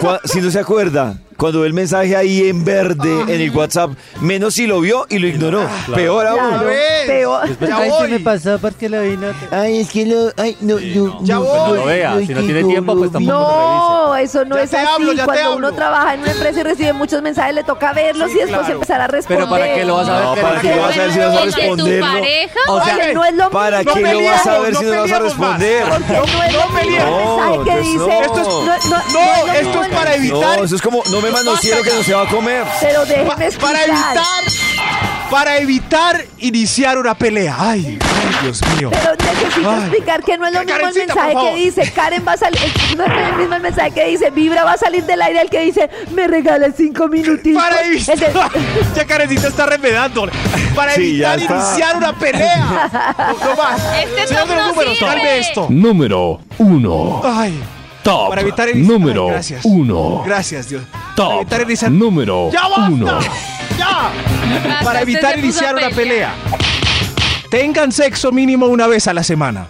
D: cua- si no se acuerda, cuando ve el mensaje ahí en verde en el WhatsApp, menos si lo vio y lo ignoró. Peor aún.
N: Claro, peor. Ay, se me pasó porque lo vi. No. Ay, es que lo. Ay, no, yo- no,
G: No
N: no,
G: lo vea.
N: es
G: Si no
N: que
G: tiene
N: yo
G: tiempo,
N: lo
G: pues
N: vi.
G: tampoco lo revise.
C: No,
Q: eso
C: no
Q: Ya
C: es
Q: te
C: así.
Q: hablo, ya te
C: Cuando uno
Q: hablo.
C: trabaja en una empresa y recibe muchos mensajes, le toca verlos
Q: Sí,
C: y después
Q: claro.
C: empezar a responder.
G: Pero ¿para qué lo vas a ver?
D: No, ¿para qué lo vas a ver si vas a responderlo?
C: O sea, no es lo
D: ¿Para
C: mismo.
D: qué lo vas a ver si no vas a responder?
C: Porque no es lo mismo
D: No,
C: el mensaje que
D: pues no.
C: dice.
D: Esto es-
C: no, no, no es lo mismo el mensaje.
D: No, eso es como, no me manosearon que no se va a comer.
C: Pero déjeme
E: para
C: explicar.
E: evitar, para evitar iniciar una pelea. Ay, ay, Dios mío.
C: Pero necesito
E: Ay.
C: explicar que no es lo mismo el
E: Karencita,
C: mensaje
E: por
C: que
E: favor.
C: dice Karen va a salir, no es el mismo el mensaje que dice Vibra va a salir del aire el que dice me regalas cinco minutitos.
E: Para
C: El de-
E: evitar, <laughs> ya Karencita está remedando. Para
D: Sí, ya
E: evitar
D: está.
E: iniciar una pelea. No, no más.
H: Este
E: Señor
H: top
E: de los
H: no
E: números,
H: sirve.
E: calme esto.
R: Número 1.
E: Ay,
R: Top.
E: para evitar el-
R: número
E: Ay, gracias.
R: 1.
E: Gracias, Dios.
R: Top. Número
E: ¡Ya basta!
R: 1.
E: ¡Ya! Para
H: usted
E: evitar
H: se puso
E: iniciar
H: a
E: una pelea.
H: pelear.
E: Tengan sexo mínimo una vez a la semana.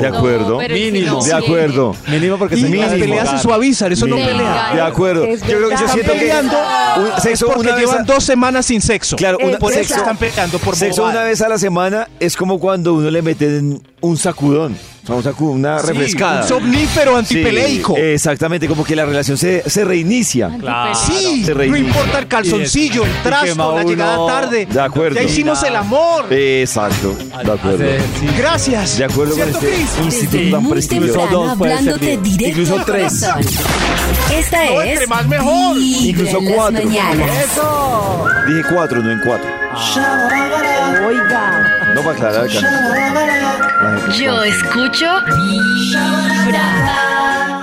D: de acuerdo.
H: pero si Mínimo. no
D: De acuerdo.
G: Mínimo porque
E: Y
G: se
E: las peleas se suavizan, eso no
H: Venga.
E: pelea.
D: De acuerdo.
C: Es
D: Yo creo que
C: verdad.
D: yo siento que
E: Peleando
D: un-
E: es
D: sexo
E: porque
D: una vez
E: llevan
D: a-
E: dos semanas sin sexo. Eh,
D: Claro, una-
E: por
D: sexo-
E: eso están peleando por
D: Sexo
E: bobada.
D: una vez a la semana es como cuando uno le meten un sacudón, o sea, un sacu- una
E: Sí,
D: refrescada.
E: un somnífero antipeleico.
D: Sí, exactamente, como que la relación se, se reinicia.
G: Claro.
E: Sí,
D: Se
E: no
D: reinicia.
E: importa el calzoncillo, el
G: Y quema
E: trasto, la
G: uno.
E: llegada tarde.
D: De acuerdo.
E: Ya hicimos el amor.
D: Exacto, de acuerdo.
G: Hace- sí.
E: Gracias.
D: De acuerdo con
E: ¿Cierto,
D: este
E: Cris?
D: instituto tan
B: Muy
D: prestigioso.
B: temprano
G: dos pueden
B: hablándote
G: servir.
B: directo
D: Incluso
B: al
D: tres.
B: corazón. Esta
E: No,
B: es
E: entre más mejor.
B: Vibra
D: Incluso
B: en las
D: cuatro.
B: mañanas.
D: Dije cuatro, no en cuatro.
C: Oiga,
D: No para aclarar, Carmen. La gente-
B: Yo escucho Vibra.